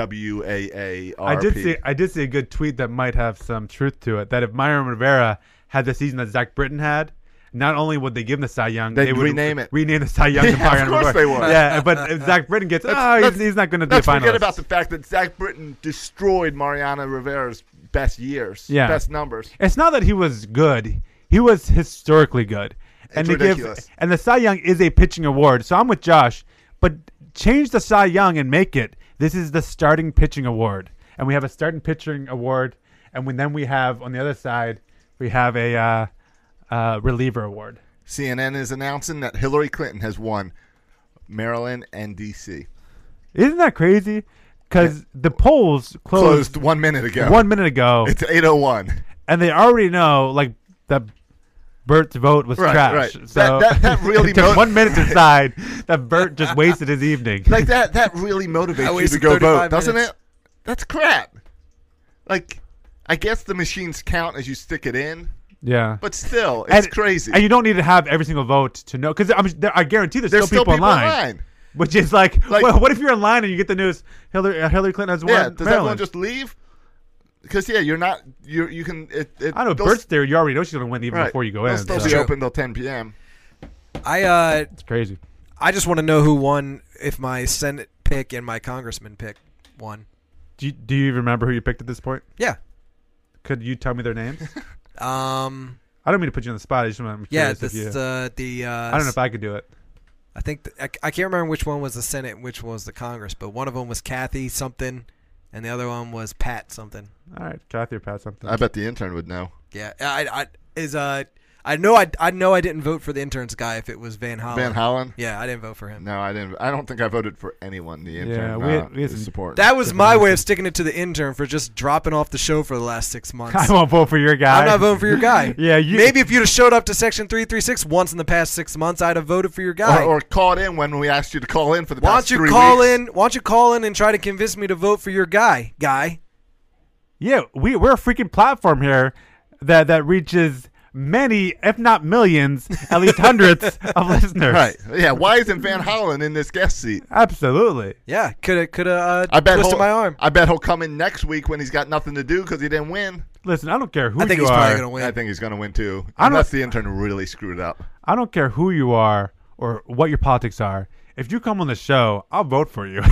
S1: BBWAARP.
S3: I did see I did see a good tweet that might have some truth to it. That if Myron Rivera had the season that Zach Britton had, not only would they give him the Cy Young,
S1: They'd
S3: they would
S1: rename it.
S3: rename the Cy Young
S1: Yeah,
S3: to
S1: of
S3: Myron
S1: course they
S3: Rivera.
S1: would.
S3: Yeah, but if Zach Britton gets
S1: Let's-
S3: oh, he's,
S1: let's-
S3: he's not going to be a
S1: Let's
S3: finalist.
S1: forget about the fact that Zach Britton destroyed Mariano Rivera's best years,
S3: Yeah.
S1: best numbers.
S3: it's not that he was good; he was historically good. And
S1: It's
S3: to give-
S1: ridiculous.
S3: and the Cy Young is a pitching award, so I'm with Josh. But change the Cy Young and make it this is the starting pitching award, and we have a starting pitching award, and when, then we have on the other side we have a uh, uh, reliever award.
S1: CNN is announcing that Hillary Clinton has won Maryland and D.C.
S3: Isn't that crazy? Because the polls closed,
S1: Closed one minute ago.
S3: Oh. one minute ago,
S1: It's 801.
S3: and they already know like that Bert's vote was
S1: Right,
S3: trash.
S1: right.
S3: So
S1: That- that- that really
S3: it took
S1: mo-
S3: one minute to decide that Bert just wasted his evening.
S1: like that that really motivates you to
S5: wasted
S1: go
S5: 35
S1: vote, doesn't
S5: minutes.
S1: it? That's crap. Like, I guess the machines count as you stick it in,
S3: yeah,
S1: but still, it's
S3: and,
S1: crazy.
S3: And you don't need to have every single vote to know because I mean, there, I guarantee there's,
S1: There's
S3: still people, online, which is like,
S1: Like-
S3: well, what if you're online and you get the news Hillary, uh, Hillary Clinton has won?
S1: Yeah, does everyone
S3: Maryland?
S1: just leave? Because yeah, you're not. You you can. It, it,
S3: I don't know.
S1: they'll
S3: Bert's
S1: s-
S3: there. You already know she's gonna win even
S1: right,
S3: before you go
S1: they'll
S3: in.
S1: Still
S3: so
S1: be
S5: True.
S1: open till 10 p.m.
S5: I uh,
S3: It's crazy.
S5: I just want to know who won if my Senate pick and my Congressman pick won.
S3: Do you, do you even remember who you picked at this point?
S5: Yeah.
S3: Could you tell me their names?
S5: Um.
S3: I don't mean to put you on the spot. I just want to.
S5: Yeah.
S3: if you,
S5: This, uh, the uh,
S3: I don't know if I could do it.
S5: I think th- I, c- I can't remember which one was the Senate and which was the Congress, but one of them was Kathy something, and the other one was Pat something.
S3: All right, Kathy or Pat something.
S1: I bet the intern would know.
S5: Yeah, I, I is uh, I know I, I know I didn't vote for the interns guy if it was Van
S3: Oh.
S5: Hollen.
S1: Van Hollen.
S5: Yeah, I didn't vote for him.
S1: No, I didn't. I don't think I voted for anyone. The intern.
S3: Yeah,
S1: Yeah,
S3: we
S1: we,
S3: had- we had some-
S1: support.
S5: That was my way of sticking it to the intern for just dropping off the show for the last six months.
S3: I won't vote for your guy.
S5: I'm not voting for your guy.
S3: Yeah, you-
S5: Maybe if you'd have showed up to Section 336 once in the past six months, I'd have voted for your
S1: or,
S5: guy.
S1: or called in when we asked you to call in for the
S5: why
S1: past
S5: don't you
S1: three
S5: call
S1: weeks.
S5: in? Why don't you call in and try to convince me to vote for your guy, guy?
S3: Yeah, we we're a freaking platform here that that reaches many, if not millions, at least hundreds of listeners.
S1: Right. Yeah. Why isn't Van Hollen in this guest seat?
S3: Absolutely.
S5: Yeah, could have could have uh,
S1: I bet
S5: twisted
S1: he'll,
S5: my arm.
S1: I bet he'll come in next week when he's got nothing to do because he didn't win.
S3: Listen, I don't care who
S5: I think
S3: you
S5: he's
S3: are.
S5: probably gonna win.
S1: I think he's going to win too,
S3: I don't-
S1: unless the intern really screwed up.
S3: I don't care who you are or what your politics are. If you come on the show, I'll vote for you.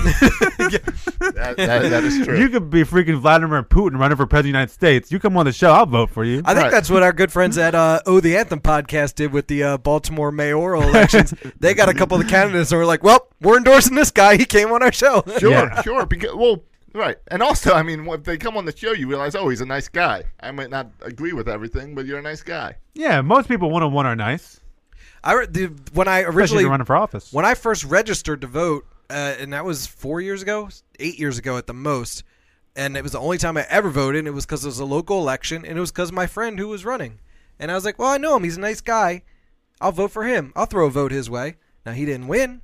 S1: That, that, that is true.
S3: you could be freaking Vladimir Putin running for president of the United States. You come on the show, I'll vote for you.
S5: I think
S1: Right.
S5: that's what our good friends at uh, Oh the Anthem podcast did with the uh, Baltimore mayoral elections. they got a couple of the candidates and were like, "Well, we're endorsing this guy. He came on our show."
S1: Sure,
S3: Yeah.
S1: sure. Because well, right, and also, I mean, if they come on the show, you realize, oh, he's a nice guy. I might not agree with everything, but you're a nice guy.
S3: yeah, most people one on one are nice,
S5: I re- the, when I
S3: especially if
S5: originally
S3: you're running for office.
S5: when I first registered to vote, uh, and that was four years ago, eight years ago at the most, and it was the only time I ever voted. And it was because it was a local election, and it was because my friend who was running, and I was like, "Well, I know him. He's a nice guy. I'll vote for him. I'll throw a vote his way." Now he didn't win,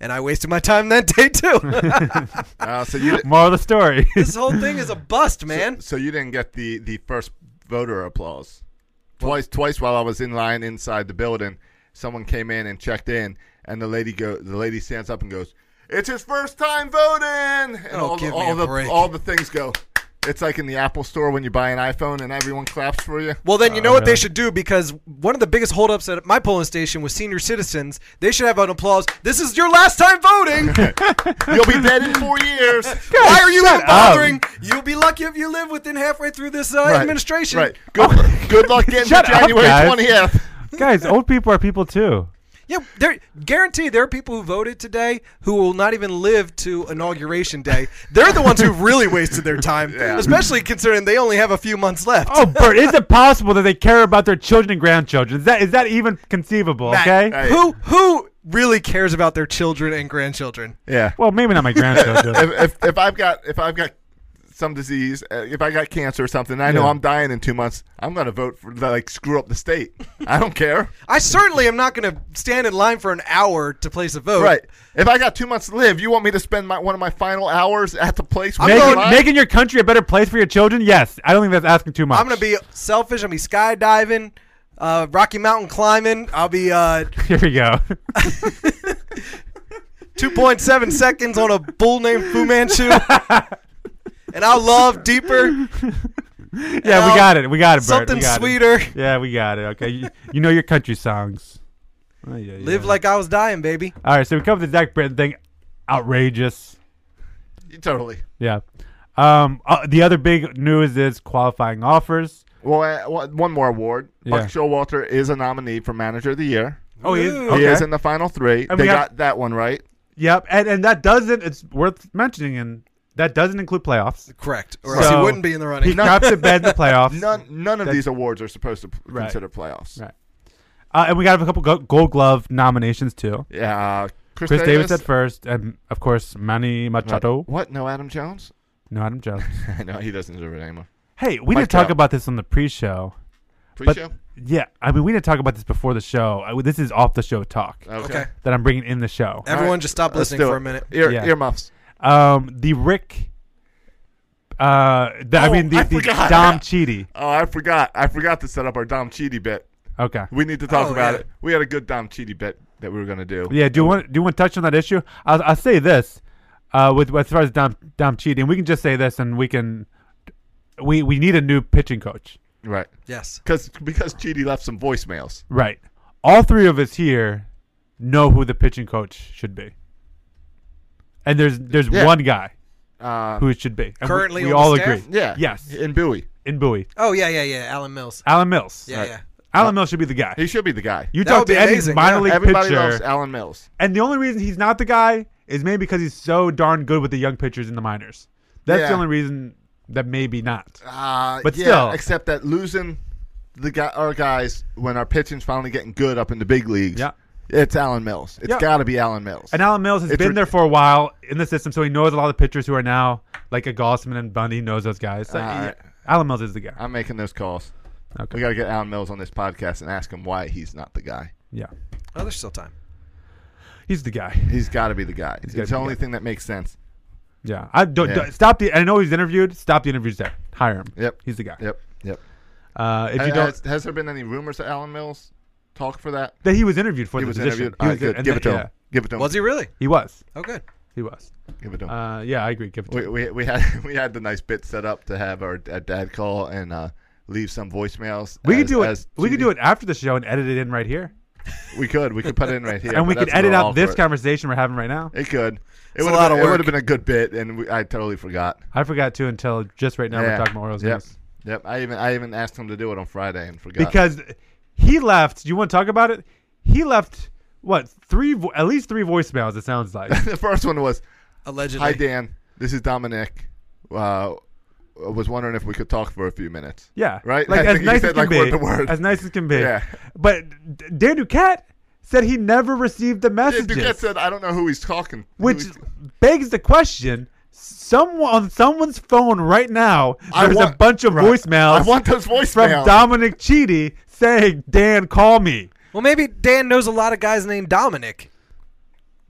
S5: and I wasted my time that day too.
S1: Uh, so you, di-
S3: Moral of the story.
S5: this whole thing is a bust, man.
S1: so you didn't get the the first voter applause. Twice, twice while I was in line inside the building, someone came in and checked in, and the lady go, the lady stands up and goes, "It's his first time voting," and
S5: Oh,
S1: all, the,
S5: give me
S1: all
S5: a
S1: the
S5: break.
S1: all the things go. It's like in the Apple store when you buy an iPhone and everyone claps for you.
S5: Well, then you know what they should do because one of the biggest holdups at my polling station was senior citizens. They should have an applause. This is your last time voting.
S1: You'll be dead in four years.
S5: Why are you
S3: shut
S5: even bothering? You'll be lucky if you live within halfway through this uh,
S1: Right,
S5: administration.
S1: Right. Good, good luck getting to
S3: Shut up,
S1: January
S3: guys.
S1: 20th.
S3: Guys, old people are people too.
S5: Yeah, there guarantee there are people who voted today who will not even live to inauguration day. They're the ones who really wasted their time, especially considering they only have a few months left.
S3: Oh, Bert, is it possible that they care about their children and grandchildren? Is that is that even conceivable? okay.
S1: Hey.
S5: Who who really cares about their children and grandchildren?
S1: Yeah.
S3: Well, maybe not my grandchildren.
S1: if, if if I've got if I've got some disease, uh, if I got cancer or something, I know
S3: Yeah.
S1: I'm dying in two months. I'm gonna vote for like screw up the state. I don't care.
S5: I certainly am not going to stand in line for an hour to place a vote.
S1: Right. If I got two months to live, you want me to spend my, one of my final hours at the place? where
S3: making,
S1: you live?
S3: making your country a better place for your children? Yes. I don't think that's asking too much.
S5: I'm gonna be selfish. I'm gonna be skydiving, uh, Rocky Mountain climbing. I'll be uh,
S3: Here we go.
S5: 2.7 seconds on a bull named Fu Manchu, and I'll love deeper,
S3: yeah, we
S5: I'll-
S3: got it. We got it, Bert. We
S5: something
S3: got it.
S5: sweeter.
S3: Yeah, we got it. Okay. You, you know your country songs. Oh, yeah, yeah.
S5: Live like I was dying, baby.
S3: All right, so we covered the Zach Britton thing. Outrageous.
S1: totally.
S3: Yeah. Um, uh, the other big news is qualifying offers.
S1: Well, uh, well, one more award.
S3: Yeah.
S1: Buck Showalter is a nominee for Manager of the Year.
S3: Oh, he is?
S5: Ooh.
S3: Okay.
S1: He is in the final three.
S3: And
S1: they
S3: we have-
S1: got that one right.
S3: Yep, and and that doesn't. It's worth mentioning, and that doesn't include playoffs.
S5: Correct, or else
S3: So-
S5: he wouldn't be in the
S3: He
S5: running.
S3: dropped to bed in the playoffs.
S1: None none of
S3: That's-
S1: these awards are supposed to p-
S3: Right.
S1: consider playoffs.
S3: Right. Uh, and we got a couple go- Gold Glove nominations too.
S1: Yeah. uh, Chris,
S3: Chris Davis at first, and of course Manny Machado.
S1: What? No Adam Jones?
S3: No, Adam Jones.
S1: no, he doesn't deserve it anymore.
S3: hey, we
S1: Mike
S3: didn't talk
S1: Trout.
S3: about this on the pre-show.
S1: Pre-show?
S3: Yeah, I mean we didn't talk about this before the show. I, this is off the show talk
S1: Uh.
S5: Okay,
S3: that I'm bringing in the show.
S5: everyone,
S1: Alright,
S5: just stop
S1: Let's
S5: listening
S1: do
S5: for
S1: it.
S5: a minute.
S1: Ear,
S3: Yeah.
S1: Earmuffs.
S3: Um, the Rick. Uh, the, I
S1: Oh,
S3: mean the,
S1: I
S3: the
S1: forgot.
S3: Dom Chidi.
S1: Oh, I forgot. I forgot to set up our Dom Cheedy bit.
S3: Okay.
S1: We need to talk
S5: Oh,
S1: about
S5: yeah.
S1: it. We had a good Dom Cheedy bit that we were going to do.
S3: Yeah, do you want do you want to touch on that issue? I'll, I'll say this, uh, with as far as Dom Dom cheating, we can just say this, and we can, we we need a new pitching coach,
S1: Right.
S5: Yes,
S1: Cause, because Cheedy left some voicemails.
S3: right? All three of us here know who the pitching coach should be, and there's there's
S1: Yeah.
S3: one guy
S1: Uh,
S3: who it should be. And we-
S5: Currently
S3: we,
S5: on the
S3: all
S5: staff?
S3: agree.
S1: yeah.
S3: Yes,
S1: In Bowie.
S3: in Bowie,
S5: Oh yeah, yeah, yeah. Alan Mills.
S3: Alan Mills.
S5: Yeah, yeah.
S3: Alan Mills should be the guy.
S1: He should be the guy.
S3: you
S5: That
S3: talk
S5: would
S3: to
S5: be
S3: any
S5: amazing,
S3: minor
S5: yeah.
S3: league
S1: Everybody
S3: pitcher,
S1: loves Alan Mills.
S3: and the only reason he's not the guy is maybe because he's so darn good with the young pitchers in the minors. That's
S1: Yeah.
S3: the only reason that maybe not.
S1: Uh,
S3: But
S1: yeah,
S3: still.
S1: except that losing the guy, our guys when our pitching's finally getting good up in the big leagues.
S3: Yeah.
S1: It's Alan Mills. It's
S3: Yeah.
S1: got to be Alan Mills.
S3: And Alan Mills has
S1: It's
S3: been
S1: rid-
S3: there for a while in the system, so he knows a lot of the pitchers who are now like a Gossman and Bundy knows those guys. So, yeah,
S1: right.
S3: Alan Mills is the guy.
S1: I'm making those calls.
S3: Okay.
S1: We got to get Alan Mills on this podcast and ask him why he's not the guy.
S3: Yeah,
S5: Oh, there's still time.
S3: he's the guy.
S1: He's got to be the guy.
S3: gotta
S1: It's
S3: be
S1: the
S3: the
S1: only
S3: guy.
S1: thing that makes sense.
S3: Yeah, I don't,
S1: Yeah.
S3: don't- stop the. I know he's interviewed. Stop the interviews there. Hire him.
S1: Yep.
S3: he's the guy.
S1: Yep. Yep.
S3: Uh, if
S1: Ha-
S3: you don't,
S1: has, has there been any rumors that Alan Mills talk for that?
S3: that he was interviewed for
S1: He
S3: the
S1: was
S3: position.
S1: interviewed. All right,
S3: was in-
S1: good.
S3: and
S1: Give
S3: the-
S1: it to
S3: yeah.
S1: him. Give it to him.
S5: Was he really?
S3: He was.
S5: Oh, good.
S3: He was.
S1: Give it to him.
S3: Uh, yeah, I agree. Give it to
S1: we,
S3: him.
S1: we, we had we had the nice bit set up to have our, our dad call and uh, leave some voicemails.
S3: We could
S1: as-
S3: do it.
S1: as
S3: We could
S1: Judy-
S3: do it after the show and edit it in right here,
S1: We could. We could put it in right here.
S3: and we
S1: but
S3: could
S1: that's a
S3: edit
S1: little
S3: out this
S1: awkward.
S3: conversation we're having right now.
S1: It could. It
S5: a
S1: would
S5: lot
S1: have
S5: of
S1: been, it would
S5: work.
S1: have been a good bit, and we, I totally forgot.
S3: I forgot to until just right now we're talking about Orioles
S1: yep.
S3: news.
S1: Yep. I even I even asked him to do it on Friday and forgot.
S3: because he left. You want to talk about it? He left what three, vo- at least three voicemails. It sounds like
S1: the first one was,
S5: Allegedly.
S1: "Hi Dan, this is Dominic. Uh, I was wondering if we could talk for a few minutes."
S3: yeah,
S1: Right.
S3: Like
S1: I
S3: as
S1: think he
S3: nice
S1: said, like,
S3: as can be,
S1: word to word.
S3: as nice as can be.
S1: Yeah.
S3: But D- Dan Duquette said he never received the
S1: Yeah,
S3: messages,
S1: Duquette said, "I don't know who he's talking." who
S3: which
S1: he's-
S3: begs the question. Someone on someone's phone right now.
S1: I
S3: There's a
S1: want-
S3: bunch of voicemails
S1: I want those
S3: from
S1: voicemails.
S3: Dominic Cheedy saying, "Dan, call me."
S5: Well, maybe Dan knows a lot of guys named Dominic.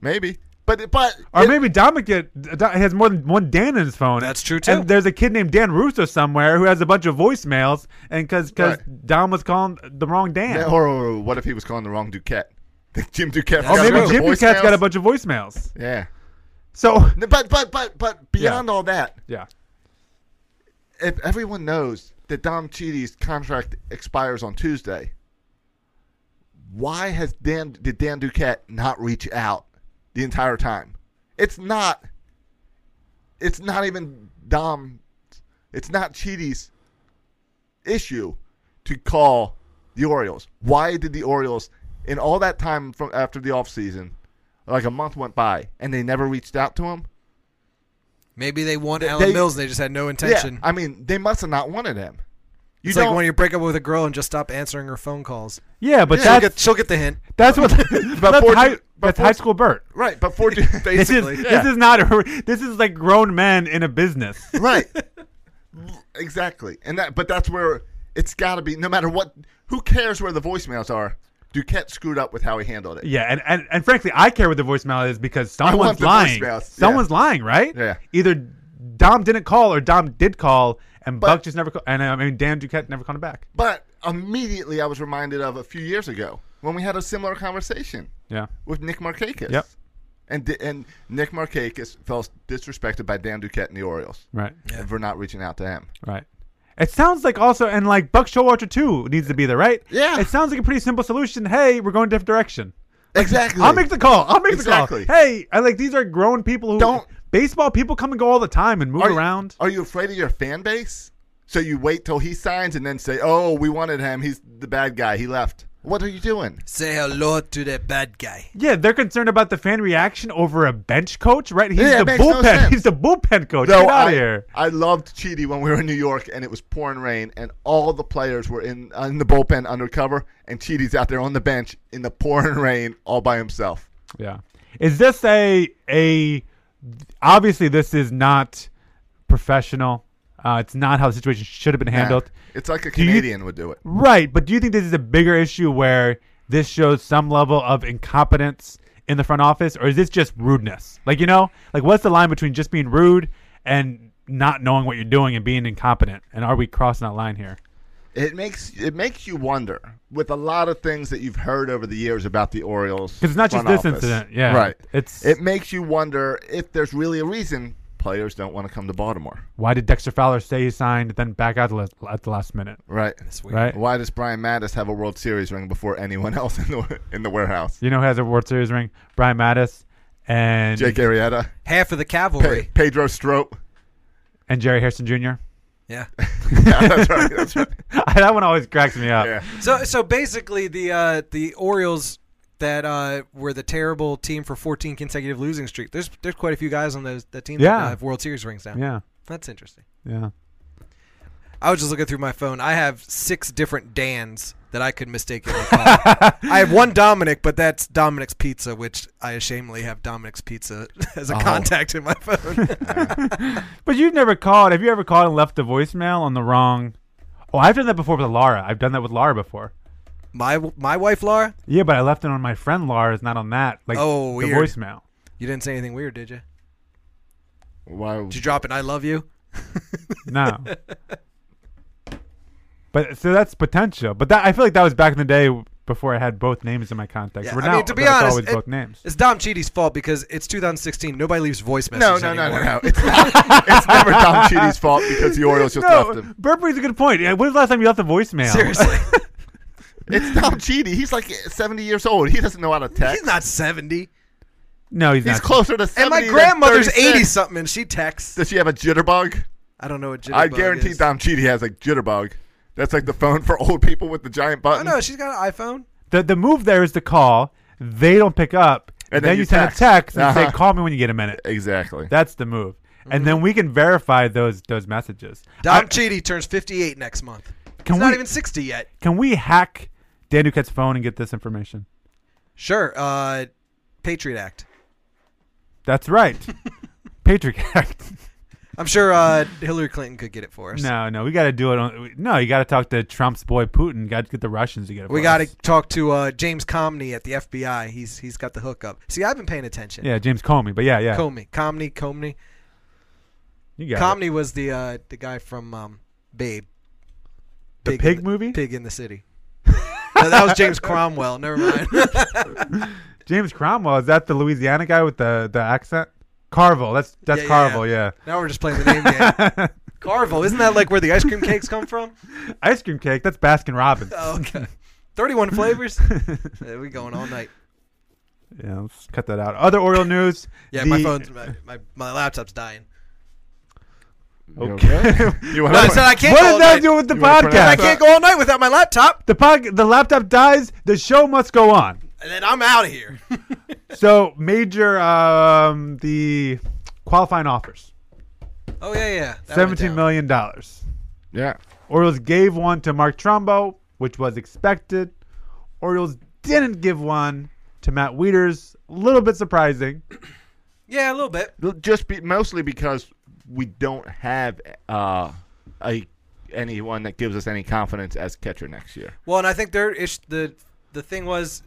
S1: Maybe, but but
S3: Or maybe Dominic has more than one Dan in his phone.
S5: That's true, too.
S3: And there's a kid named Dan Russo somewhere who has a bunch of voicemails, and because because
S1: Right.
S3: Dom was calling the wrong Dan.
S1: Yeah, or, or what if he was calling the wrong Duquette? Jim Duquette.
S3: or Oh, maybe
S5: true.
S3: Jim Duquette's got a bunch of voicemails.
S1: Yeah.
S3: So
S1: No, But but but but beyond all that,
S3: yeah,
S1: if everyone knows that Dom Chidi's contract expires on Tuesday, why has Dan did Dan Duquette not reach out the entire time? It's not. It's not even Dom. It's not Chidi's issue to call the Orioles. Why did the Orioles, in all that time from after the offseason, like a month went by, and they never reached out to him?
S5: Maybe they want Alan
S1: they-
S5: Mills and they just had no intention.
S1: Yeah, I mean, they must have not wanted him. You
S5: it's like when you break up with a girl and just stop answering her phone calls.
S3: Yeah, but
S5: She'll
S3: that's
S5: get, she'll get the hint.
S3: that's what that's,
S1: fortune-
S3: high,
S1: but
S3: that's high
S1: fortune-
S3: school Bert.
S1: right, but fortune
S3: This is
S1: basically,
S3: this is not a, this is like grown men in a business.
S1: right, exactly, and that. But that's where it's got to be. No matter what, who cares where the voicemails are? Duquette screwed up with how he handled it.
S3: Yeah, and, and, and frankly, I care what the voicemail is because
S1: want
S3: someone's
S1: the
S3: lying.
S1: voicemails, yeah.
S3: Someone's lying, right?
S1: Yeah.
S3: Either Dom didn't call or Dom did call, and
S1: But-
S3: Buck just never called. And uh, I mean, Dan Duquette never called him back.
S1: But immediately, I was reminded of a few years ago when we had a similar conversation
S3: Yeah.
S1: with Nick Markakis.
S3: Yep.
S1: And di- and Nick Markakis felt disrespected by Dan Duquette and the Orioles
S3: Right.
S1: for not reaching out to him.
S3: Right. It sounds like also, and like Buck Showalter too needs to be there, right?
S1: Yeah.
S3: It sounds like a pretty simple solution. Hey, we're going a different direction.
S1: Exactly.
S3: I'll make the call. I'll make
S1: Exactly.
S3: the call. Hey, I like these are grown people who
S1: Don't-
S3: baseball people come and go all the time and move
S1: Are you-
S3: around.
S1: Are you afraid of your fan base? So you wait till he signs and then say, "Oh, we wanted him. He's the bad guy. He left." What are you doing?
S5: Say hello to the bad guy.
S3: Yeah, they're concerned about the fan reaction over a bench coach, right? He's
S1: Yeah, it
S3: the
S1: makes no
S3: bullpen.
S1: sense.
S3: He's the bullpen coach. Get out
S1: I,
S3: of here.
S1: I loved Cheedy when we were in New York and it was pouring rain and all the players were in uh, in the bullpen undercover and Cheedy's out there on the bench in the pouring rain all by himself.
S3: Yeah. Is this a a obviously this is not professional. Uh, it's not how the situation should have been
S1: Nah,
S3: handled.
S1: It's like a
S3: you-
S1: Canadian would do it.
S3: Right, but do you think this is a bigger issue where this shows some level of incompetence in the front office or is this just rudeness? Like, you know, like what's the line between just being rude and not knowing what you're doing and being incompetent? And are we crossing that line here?
S1: It makes it makes you wonder with a lot of things that you've heard over the years about the Orioles.
S3: 'Cause it's not just
S1: front
S3: this incident, yeah.
S1: right.
S3: It's-
S1: it makes you wonder if there's really a reason players don't want to come to Baltimore,
S3: Why did Dexter Fowler say he signed, then back out the last- at the last minute?
S1: right?
S3: Right?
S1: Why does Brian Mattis have a World Series ring before anyone else in the in the warehouse?
S3: You know who has a World Series ring? Brian Mattis and
S1: Jake Arrieta,
S5: Half of the
S1: Pe-
S5: cavalry.
S1: Pedro Strop.
S3: and Jerry Harrison Jr.
S5: Yeah.
S1: yeah, that's right. That's right.
S3: that one always cracks me up.
S1: Yeah.
S5: So so basically the uh, the Orioles that uh, were the terrible team for 14 consecutive losing streak. There's there's quite a few guys on those that team
S3: Yeah.
S5: that uh, have World Series rings now.
S3: yeah,
S5: That's interesting.
S3: yeah.
S5: I was just looking through my phone. I have six different Dans that I could mistakenly call. I have one Dominic, but that's Dominic's Pizza, which I ashamedly have Dominic's Pizza as a contact in my phone.
S3: But you've never called. Have you ever called and left a voicemail on the wrong? Oh, I've done that before with Laura. I've done that with Laura before.
S5: my my wife Laura.
S3: Yeah, but I left it on my friend Laura's, not on that. Like
S5: Oh,
S3: the
S5: weird.
S3: voicemail.
S5: You didn't say anything weird, did you?
S1: Why?
S5: Did you drop an "I love you"?
S3: No. but so that's potential. But that I feel like that was back in the day before I had both names in my contacts.
S5: Yeah,
S3: We're
S5: I
S3: now
S5: mean, to be
S3: that's
S5: honest,
S3: always
S5: it-
S3: both names.
S5: It's Dom Chidi's fault because it's 2016. Nobody leaves voice
S1: No,
S5: messages
S1: no, no,
S5: anymore.
S1: no, no. It's, not, it's never Tom Cheedy's fault because the Orioles just
S3: no,
S1: left him.
S3: Burberry's a good point. Yeah, When was the last time you left a voicemail?
S5: Seriously,
S1: It's Tom Cheedy. He's like 70 years old. He doesn't know how to text.
S5: he's not 70.
S3: No, he's,
S1: He's
S3: not.
S1: closer to 70
S5: And my
S1: than
S5: grandmother's
S1: 36.
S5: 80 something, and she texts.
S1: Does she have a jitterbug?
S5: I don't know what.
S1: I
S5: jitterbug
S1: guarantee
S5: is.
S1: Dom Cheedy has a jitterbug. That's like the phone for old people with the giant
S5: Oh
S1: button.
S5: no, she's got an iPhone.
S3: The the move there is to call. They don't pick up.
S1: And
S3: then,
S1: then
S3: you
S1: you
S3: send
S1: text.
S3: a text and say,
S1: Uh-huh.
S3: "Call me when you get a minute."
S1: Exactly.
S3: That's the move. And then we can verify those those messages.
S5: Dom
S3: I-
S5: Chidi turns 58 next month.
S3: Can
S5: He's
S3: we-
S5: not even 60 yet.
S3: can we hack Dan Duquette's phone and get this information?
S5: Sure. Uh, Patriot Act.
S3: That's right. Patriot Act.
S5: I'm sure uh, Hillary Clinton could get it for us.
S3: No, no, we got to do it. On, no, you got to talk to Trump's boy Putin. Got to get the Russians to get it.
S5: We
S3: for
S5: got to
S3: us.
S5: talk to uh, James Comey at the FBI. He's he's got the hookup. See, I've been paying attention.
S3: Yeah, James Comey. But yeah, yeah,
S5: Comey, Comey, Comey.
S3: you got it.
S5: Comey was the uh, the guy from um, Babe.
S3: The
S5: in
S3: pig movie?
S5: Pig in the City. No, that was James Cromwell. Never mind.
S3: James Cromwell. Is that the Louisiana guy with the the accent? Carville. That's that's
S5: Yeah, yeah,
S3: Carville. Yeah.
S5: now we're just playing the name game. Carvel, isn't that like where the ice cream cakes come from?
S3: Ice cream cake. That's Baskin Robbins.
S5: Oh, okay. 31 flavors? Yeah, we going all night.
S3: Yeah, let's cut that out. Other Oriole news.
S5: Yeah,
S3: the-
S5: my phone's my, my, my laptop's dying.
S3: Okay.
S1: You want
S5: But I said I can't
S3: what
S5: go all
S3: did that
S5: night.
S3: do with the
S1: You wanna print out
S5: I
S3: podcast?
S5: can't go all night without my laptop,
S3: The pod, the laptop dies. The show must go on.
S5: and then I'm out of here.
S3: So major, um, the qualifying offers,
S5: oh yeah, yeah. that went
S3: seventeen
S5: down.
S3: million dollars.
S1: yeah.
S3: Orioles gave one to Mark Trumbo, which was expected. Orioles didn't give one to Matt Wieters. A little bit surprising.
S5: Yeah, a little bit.
S1: Just be, mostly because we don't have uh, a anyone that gives us any confidence as catcher next year.
S5: Well, and I think their ish the the thing was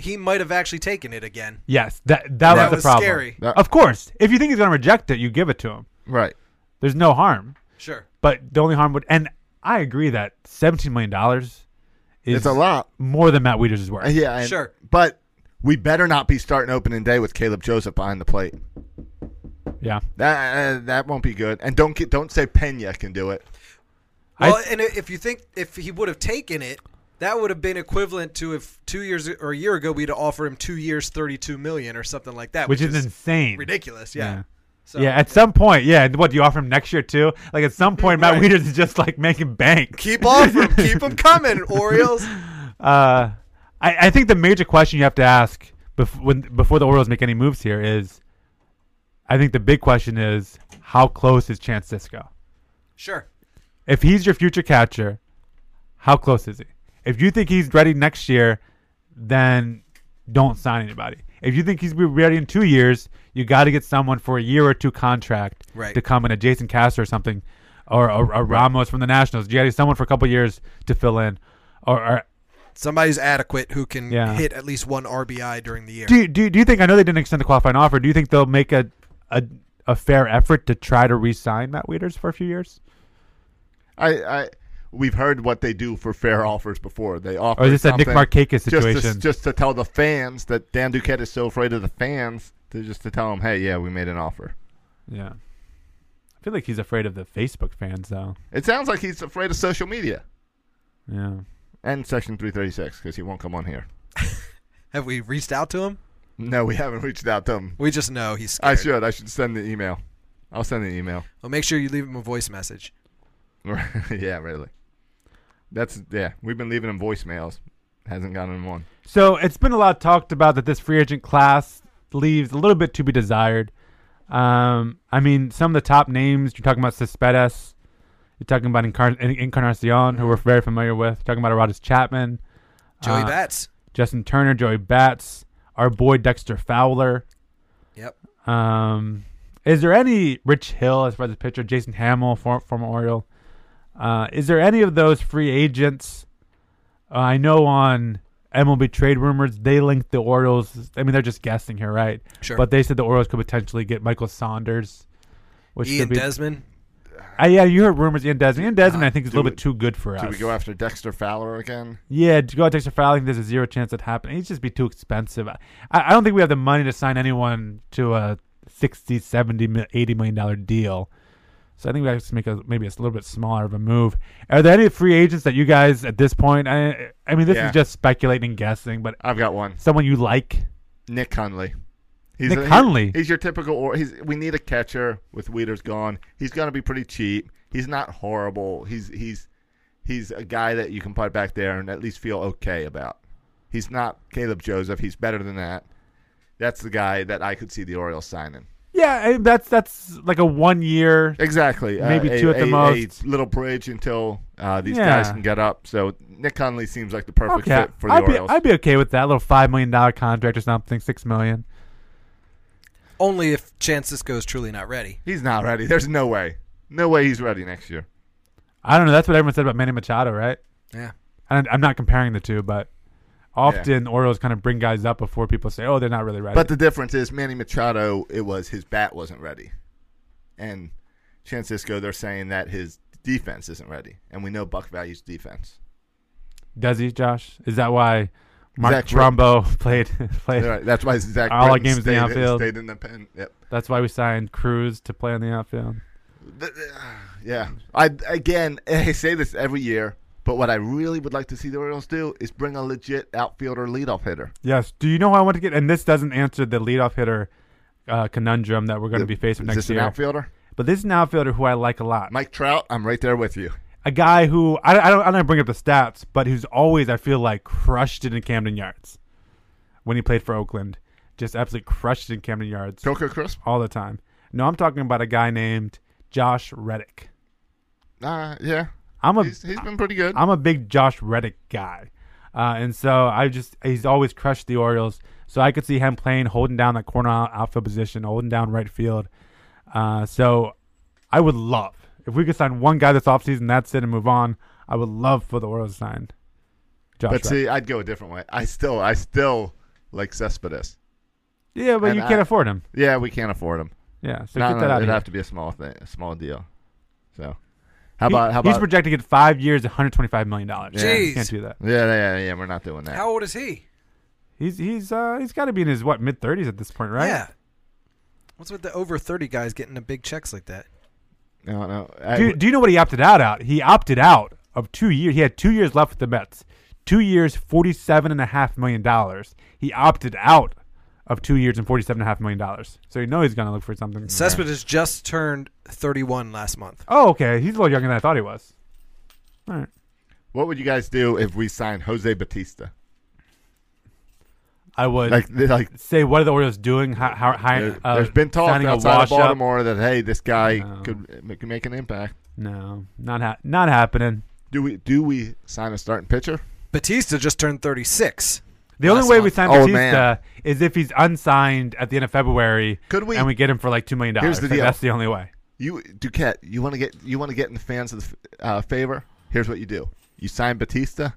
S5: he might have actually taken it again.
S3: Yes, that that,
S5: That
S3: was the
S5: was
S3: problem.
S5: scary.
S1: That-
S3: of course, if you think he's going to reject it, you give it to him.
S1: Right.
S3: There's no harm.
S5: Sure.
S3: But the only harm would, and I agree that seventeen million dollars is
S1: It's a lot.
S3: more than Matt Wieters is worth.
S1: Uh, Yeah. and-
S5: Sure.
S1: But we better not be starting opening day with Caleb Joseph behind the plate.
S3: yeah.
S1: That uh, that won't be good. And don't get, don't say Pena can do it.
S3: I-
S5: Well, and if you think if he would have taken it, that would have been equivalent to if two years or a year ago we'd offer him two years, thirty-two million or something like that,
S3: which, is, insane.
S5: ridiculous. Yeah.
S3: Yeah.
S5: So,
S3: yeah, at some point, yeah. And what do you offer him next year too? Like at some point, Matt Wieters is just like making bank.
S5: keep off him, keep him coming, Orioles.
S3: Uh, I, I think the major question you have to ask bef- when, before the Orioles make any moves here is, I think the big question is how close is Chance Cisco?
S5: Sure.
S3: If he's your future catcher, how close is he? If you think he's ready next year, then don't sign anybody. If you think he's be ready in two years, you got to get someone for a year or two contract
S5: Right.
S3: to come in, a Jason Castor or something, or a, a Ramos from the Nationals. You got to get someone for a couple years to fill in, or, or
S5: Somebody's adequate who can
S3: Yeah.
S5: hit at least one RBI during the year.
S3: do you, do you, do you think I know they didn't extend the qualifying offer? Do you think they'll make a a, a fair effort to try to re-sign Matt Wieters for a few years,
S1: I, I we've heard what they do for fair offers before. They offer
S3: or Oh, is this a Nick
S1: something
S3: Markakis
S1: just to,
S3: situation?
S1: just to tell the fans that Dan Duquette is so afraid of the fans to just to tell them, hey, yeah, we made an offer.
S3: yeah, I feel like he's afraid of the Facebook fans though.
S1: It sounds like he's afraid of social media
S3: Yeah,
S1: and Section 336 because he won't come on here.
S5: Have we reached out to him?
S1: No, we haven't reached out to him.
S5: We just know he's scared.
S1: I should. I should send the email. I'll send the email.
S5: Well, make sure you leave him a voice message.
S1: yeah, really. That's yeah. We've been leaving him voicemails. Hasn't gotten one.
S3: so it's been a lot talked about that this free agent class leaves a little bit to be desired. Um, I mean, some of the top names you're talking about Cespedes, you're talking about Incar- Encarnacion, who we're very familiar with. You're talking about Aroldis Chapman.
S5: Joey
S3: Uh,
S5: Bats.
S3: Justin Turner, Joey Batts, our boy Dexter Fowler.
S5: Yep.
S3: Um, is there any Rich Hill as far as the pitcher, Jason Hamill, for, former Oriole? Uh, is there any of those free agents? Uh, I know on MLB trade rumors they linked the Orioles. I mean, they're just guessing here, right?
S5: Sure.
S3: But they said the Orioles could potentially get Michael Saunders. Which
S5: Ian
S3: could be,
S5: Desmond.
S3: Uh, yeah, you heard rumors. Ian Desmond. Ian Desmond, I think, is a little bit too good for us.
S1: Uh, Do we go after Dexter Fowler again?
S3: Yeah, to go out to extra fouling, there's a zero chance that happening. He'd just be too expensive. I, I don't think we have the money to sign anyone to a 60, 70, mi- 80 million dollar deal. So I think we have to make a maybe a little bit smaller of a move. Are there any free agents that you guys at this point? I I mean, this
S1: Yeah.
S3: is just speculating and guessing, but
S1: I've got one.
S3: someone you like.
S1: Nick Hunley. He's
S3: Nick
S1: he-
S3: Hundley?
S1: he's your typical. Or he's we need a catcher with Weeder's gone. He's going to be pretty cheap. He's not horrible. He's he's he's a guy that you can put back there and at least feel okay about. He's not Caleb Joseph. He's better than that. That's the guy that I could see the Orioles signing.
S3: Yeah, I- that's that's like a one year.
S1: Exactly. Uh,
S3: Maybe
S1: a-
S3: two at the
S1: a-
S3: most.
S1: A little bridge until uh, these
S3: Yeah.
S1: guys can get up. So Nick Hundley seems like the perfect
S3: Okay,
S1: fit for the
S3: I'd be
S1: Orioles.
S3: I'd be okay with that little five million dollar contract or something, six million.
S5: Only if Chance Cisco is truly not ready.
S1: he's not ready. There's no way. No way he's ready next year.
S3: I don't know. That's what everyone said about Manny Machado, right?
S5: Yeah.
S3: and I'm not comparing the two, but often Orioles kind of bring guys up before people say, "Oh, they're not really ready."
S1: But the difference is Manny Machado, it was his bat wasn't ready. And Francisco, they're saying that his defense isn't ready. And we know Buck values defense.
S3: does he, Josh? Is that why Mark
S1: Zach
S3: Trumbo played played?
S1: They're right. That's why Zach
S3: All our
S1: Britton
S3: games in the
S1: stayed,
S3: outfield.
S1: stayed in the pen. Yep.
S3: That's why we signed Cruz to play in the outfield.
S1: Th- th- ah, Yeah. I again, I say this every year, but what I really would like to see the Orioles do is bring a legit outfielder leadoff hitter.
S3: Yes. Do you know who I want to get? And this doesn't answer the leadoff hitter uh, conundrum that we're going to be facing
S1: Is
S3: next
S1: this
S3: year.
S1: an outfielder?
S3: But this is an outfielder who I like a lot.
S1: Mike Trout, I'm right there with you.
S3: a guy who I, I don't I don't bring up the stats, but who's always I feel like crushed it in Camden Yards when he played for Oakland, just absolutely crushed it in Camden Yards
S1: Coco Crisp?
S3: all the time. No, I'm talking about a guy named Josh Reddick.
S1: Uh, yeah.
S3: I'm a
S1: He's, he's been pretty good.
S3: I'm a big Josh Reddick guy, uh, and so I just he's always crushed the Orioles. So I could see him playing, holding down that corner out- outfield position, holding down right field. Uh, so I would love if we could sign one guy this offseason, that's it, and move on. I would love for the Orioles to sign Josh.
S1: But
S3: Reddick.
S1: see, I'd go a different way. I still, I still like Cespedes.
S3: yeah, but
S1: and
S3: you can't
S1: I-
S3: afford him.
S1: Yeah, we can't afford him.
S3: Yeah, so
S1: No,
S3: get
S1: no,
S3: that out.
S1: it'd
S3: of here.
S1: have to be a small thing, a small deal. So, how
S3: He-
S1: about how
S3: he's
S1: about?
S3: projected to get five years, 125 million dollars.
S5: Jeez.
S3: can't do that.
S1: yeah, yeah, yeah. We're not doing that.
S5: How old is he?
S3: He's he's uh, he's got to be in his what mid 30s at this point, right?
S5: Yeah. What's with the over 30 guys getting the big checks like that?
S1: no, no. I-
S3: do, do you know what he opted out out? He opted out of two years. He had two years left with the Mets. Two years, forty-seven and a half million dollars. He opted out of two years and forty-seven and a half million dollars. So you know he's gonna look for something.
S5: Cespedes just turned 31 last month.
S3: Oh, okay. He's a little younger than I thought he was. All right.
S1: what would you guys do if we signed Jose Batista?
S3: I would
S1: Like, th- like
S3: say what are the Orioles doing? How, how, how
S1: there,
S3: uh,
S1: has been talk
S3: signing a
S1: outside of
S3: wash-up?
S1: Baltimore that hey, this guy
S3: No.
S1: could ma- could make an impact.
S3: No, not ha- not happening.
S1: Do we do we sign a starting pitcher?
S5: Batista just turned 36.
S3: The only
S5: Last
S3: way we
S5: month.
S3: sign
S1: Oh,
S3: Batista
S1: man.
S3: is if he's unsigned at the end of February.
S1: Could we-
S3: And we get him for like two million dollars.
S1: Here's the deal.
S3: That's the only way.
S1: You Duquette, you want to get you want to get in the fans of the f- uh, favor. Here's what you do: you sign Batista,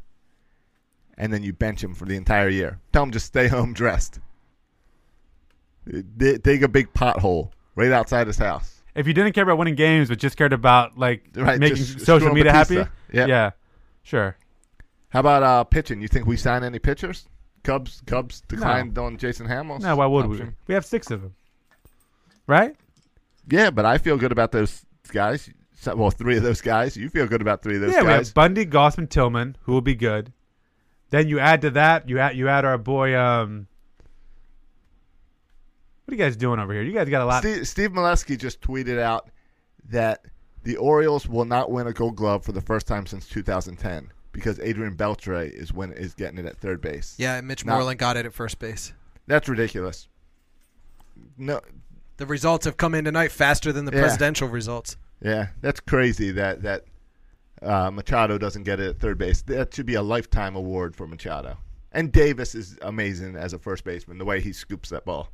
S1: and then you bench him for the entire year. Tell him just stay home dressed. D- dig a big pothole right outside his house.
S3: if you didn't care about winning games but just cared about like
S1: Right,
S3: making
S1: just
S3: social
S1: screwing
S3: media happy,
S1: Batista. Yeah.
S3: yeah, sure.
S1: How about uh, pitching? You think we sign any pitchers? Cubs Cubs declined on Jason Hamels.
S3: No, why would we?
S1: option.
S3: We have six of them, right?
S1: Yeah, but I feel good about those guys. So- Well, three of those guys. You feel good about three of those
S3: yeah, we
S1: guys.
S3: have Bundy, Gossman, Tillman, who will be good. Then you add to that, you add you add our boy. Um, what are you guys doing over here? You guys got a lot.
S1: Steve, Steve Molesky just tweeted out that the Orioles will not win a Gold Glove for the first time since 2010 because Adrian Beltre is when is getting it at third base.
S5: Yeah, and Mitch
S1: Nah.
S5: Moreland got it at first base.
S1: that's ridiculous. No,
S5: The results have come in tonight faster than the
S1: Yeah.
S5: presidential results.
S1: yeah, that's crazy that that uh, Machado doesn't get it at third base. That should be a lifetime award for Machado. And Davis is amazing as a first baseman. The way he scoops that ball,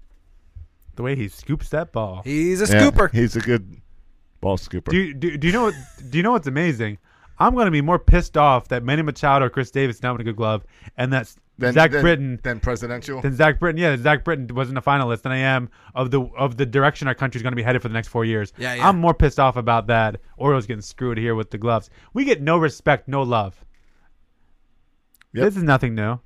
S3: The way he scoops that ball.
S5: He's a scooper.
S1: He's a good ball scooper.
S3: Do you, do, do you know what? Do you know what's amazing? I'm gonna be more pissed off that Manny Machado or Chris Davis not win a good glove, and that Zach Britton
S1: then presidential.
S3: than Zach Britton. Yeah, Zach Britton wasn't a finalist than I am of the of the direction our country's going to be headed for the next four years.
S5: Yeah, yeah.
S3: I'm more pissed off about that. Orioles getting screwed here with the gloves. We get no respect, no love.
S1: Yep.
S3: This is nothing new.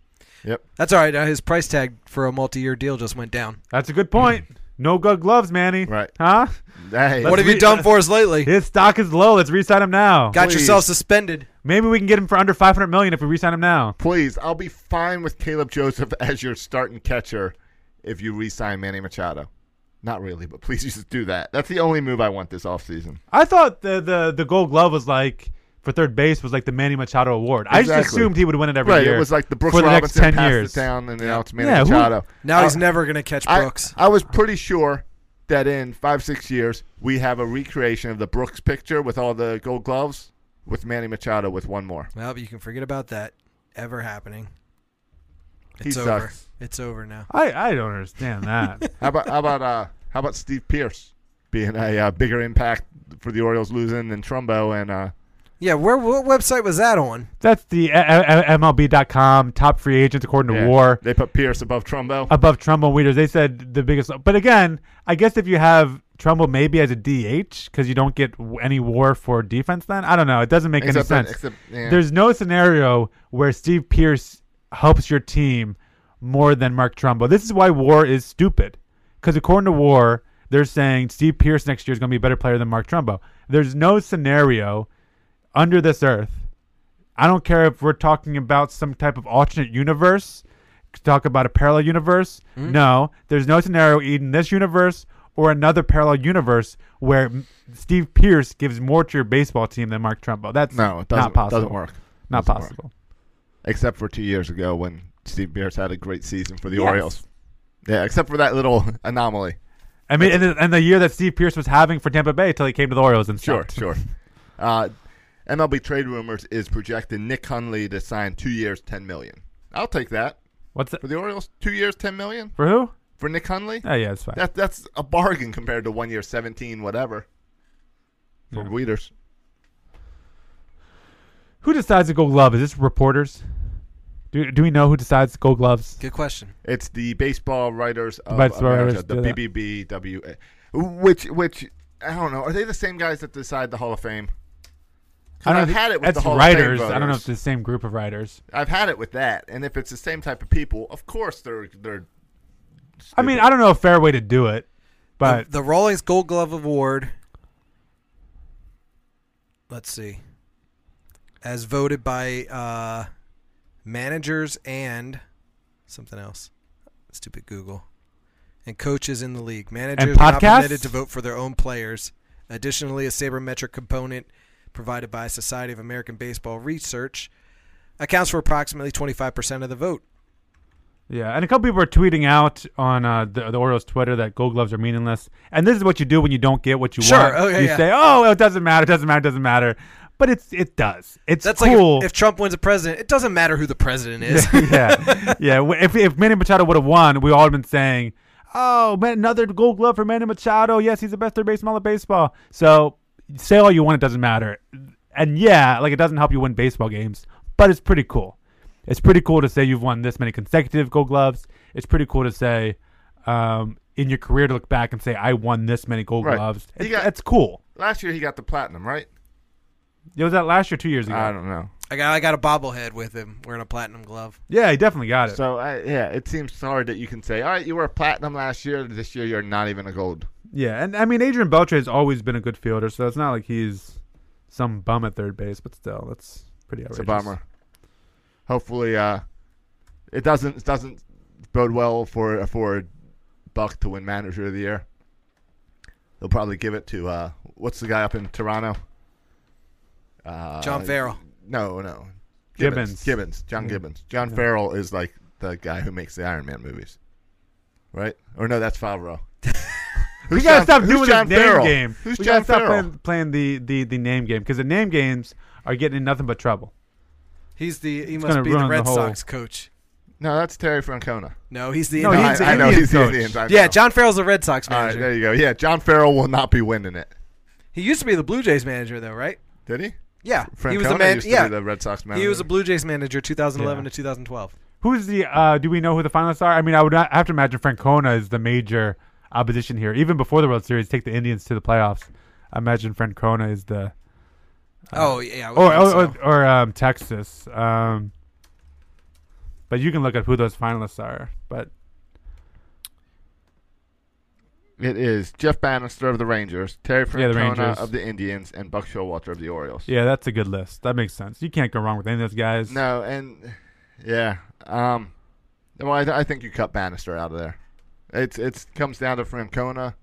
S1: yep.
S5: That's all right. Uh, his price tag for a multi-year deal just went down.
S3: That's a good point. No good gloves, Manny.
S1: Right.
S3: Huh?
S1: Hey,
S5: what have you
S3: re-
S5: done for us lately?
S3: His stock is low. Let's re-sign him now.
S5: got
S1: please.
S5: yourself suspended.
S3: Maybe we can get him for under 500 million if we re-sign him now.
S1: please, I'll be fine with Caleb Joseph as your starting catcher if you re-sign Manny Machado. Not really, but please just do that. That's the only move I want this offseason.
S3: I thought the the the Gold Glove was like for third base was like the Manny Machado award. I just
S1: Exactly.
S3: assumed he would win it every
S1: Right,
S3: year.
S1: it was like the Brooks
S3: for the next
S1: Robinson
S3: 10
S1: passed
S3: years.
S1: it down, and now it's Manny
S3: Yeah, who-
S1: Machado.
S5: Now
S1: Uh,
S5: he's never going to catch
S1: I,
S5: Brooks.
S1: I was pretty sure that in five, six years, we have a recreation of the Brooks picture with all the gold gloves with Manny Machado with one more.
S5: well, but you can forget about that ever happening.
S1: He
S5: It's over.
S1: sucks.
S5: It's over now.
S3: I, I don't understand that.
S1: uh, How about how about uh, how about Steve Pierce being a uh, bigger impact for the Orioles losing than Trumbo and uh,
S5: Yeah, where what website was that on?
S3: That's the eh, MLB.com top free agents according to
S1: yeah,
S3: WAR
S1: They put Pierce above Trumbo.
S3: above Trumbull Weeders. They said the biggest. But again, I guess if you have Trumbull maybe as a DH because you don't get w- any WAR for defense, then I don't know. It doesn't make
S1: Except
S3: any
S1: that-
S3: sense.
S1: except- yeah.
S3: There's no scenario where Steve Pierce helps your team more than Mark Trumbo. This is why WAR is stupid because according to WAR, they're saying Steve Pierce next year is going to be a better player than Mark Trumbo. There's no scenario under this earth. I don't care if we're talking about some type of alternate universe, talk about a parallel universe.
S1: Hmm?
S3: No, there's no scenario in this universe or another parallel universe where m- Steve Pierce gives more to your baseball team than Mark Trumbo. That's
S1: No, it doesn't,
S3: not possible.
S1: doesn't work.
S3: Not
S1: Doesn't work.
S3: possible.
S1: Except for two years ago when Steve Pierce had a great season for the
S3: Yes.
S1: Orioles. Yeah, except for that little anomaly.
S3: I mean, and the, and the year that Steve Pierce was having for Tampa Bay until he came to the Orioles and
S1: Sure,
S3: stopped.
S1: sure. Uh, MLB trade rumors is projecting Nick Hundley to sign two years, ten million. I'll take that
S3: What's that?
S1: for the Orioles. Two years, ten million
S3: For who?
S1: for Nick Hundley.
S3: Oh, yeah, it's fine.
S1: That that's a bargain compared to one year, seventeen, whatever. For
S3: Yeah.
S1: Weeders,
S3: Who decides the gold glove? Is this reporters? Do, do we know who decides the gold gloves?
S5: Good question.
S1: it's the baseball writers of
S3: baseball
S1: America,
S3: writers
S1: the
S3: do that.
S1: BBBWA, which which I don't know. Are they the same guys that decide the Hall of Fame? 'Cause
S3: I don't
S1: I've
S3: know.
S1: had it with
S3: That's
S1: the Hall
S3: writers.
S1: Of Fame
S3: I don't know if
S1: voters.
S3: it's the same group of writers.
S1: I've had it with that, and if it's the same type of people, of course they're they're.
S3: I mean, I don't know a fair way to do it, but
S5: the, the Rawlings Gold Glove Award. Let's see, as voted by uh, managers and something else, stupid Google, and coaches in the league. Managers are not
S3: podcasts?
S5: permitted to vote for their own players. Additionally, a sabermetric component provided by Society of American Baseball Research accounts for approximately 25% of the vote.
S3: yeah. And a couple people are tweeting out on uh, the, the Orioles Twitter that gold gloves are meaningless. And this is what you do when you don't get what you
S5: Sure.
S3: want.
S5: Oh, yeah,
S3: you
S5: yeah.
S3: say, "Oh, it doesn't matter. It doesn't matter. It doesn't matter." But it's it does. It's
S5: That's
S3: cool.
S5: like if, if Trump wins a president, it doesn't matter who the president is.
S3: yeah, yeah. w- If if Manny Machado would have won, we all have been saying, "Oh, man, another Gold Glove for Manny Machado. Yes, he's the best third baseman in all of baseball." So say all you want, it doesn't matter. And yeah, like it doesn't help you win baseball games, but it's pretty cool. It's pretty cool to say you've won this many consecutive Gold Gloves. It's pretty cool to say um, in your career to look back and say, "I won this many Gold
S1: Right.
S3: Gloves."
S1: You
S3: It's,
S1: got-
S3: it's cool.
S1: Last year he got the platinum, right?
S3: It was that last year, two years ago.
S1: I don't know.
S5: I got I got a bobblehead with him wearing a platinum glove.
S3: yeah, he definitely got it.
S1: So I, yeah, it seems hard that you can say, all right, you were a platinum last year. This year you're not even a gold.
S3: Yeah, and I mean Adrian Beltre has always been a good fielder, so it's not like he's some bum at third base, but still, that's pretty
S1: It's
S3: outrageous.
S1: a bummer. Hopefully, uh, it doesn't it doesn't bode well for for Buck to win Manager of the Year. They'll probably give it to uh, what's the guy up in Toronto? Uh,
S5: John Farrell.
S1: No, no. Gibbons.
S3: Gibbons.
S1: Gibbons. John Gibbons. John Farrell is like the guy who makes the Iron Man movies. Right? Or no, that's Favreau.
S3: We
S1: Who's
S3: gotta
S1: John-
S3: stop
S1: who's
S3: doing
S1: John
S3: the name
S1: Farrell?
S3: game.
S1: Who's
S3: we
S1: John
S3: gotta stop
S1: Farrell?
S3: playing, playing the, the, the name game because the name games are getting in nothing but trouble.
S5: He's the he
S3: gonna
S5: must be the
S3: ruin the
S5: Red
S3: whole-
S5: Sox coach.
S1: No, that's Terry Francona.
S5: No, he's the
S3: No,
S1: No,
S5: Indians.
S3: he's
S1: I, I
S3: an
S1: know
S3: Indian
S1: he's
S3: coach.
S1: Indian. I
S5: yeah,
S1: know.
S5: John Farrell's the Red Sox
S1: All right,
S5: manager.
S1: there you go. Yeah, John Farrell will not be winning it.
S5: he used to be the Blue Jays manager though, right?
S1: Did he?
S5: Yeah,
S1: Francona
S5: he was a man.
S1: used to
S5: yeah,
S1: be the Red Sox manager.
S5: he was a Blue Jays manager 2011
S3: Yeah.
S5: to 2012.
S3: Who's the? uh Do we know who the finalists are? I mean, I would not have to imagine Francona is the major opposition here. Even before the World Series, take the Indians to the playoffs. I imagine Francona is the
S5: oh yeah, I would
S3: or or,
S5: think so.
S3: or, or um, Texas. Um, but you can look at who those finalists are. But
S1: It is Jeff Bannister of the Rangers, Terry Francona
S3: Yeah, the Rangers.
S1: of the Indians, and Buck Showalter of the Orioles.
S3: Yeah, that's a good list. That makes sense. You can't go wrong with any of those guys.
S1: No, and yeah, um, well, I, I think you cut Bannister out of there. It's it's comes down to Francona.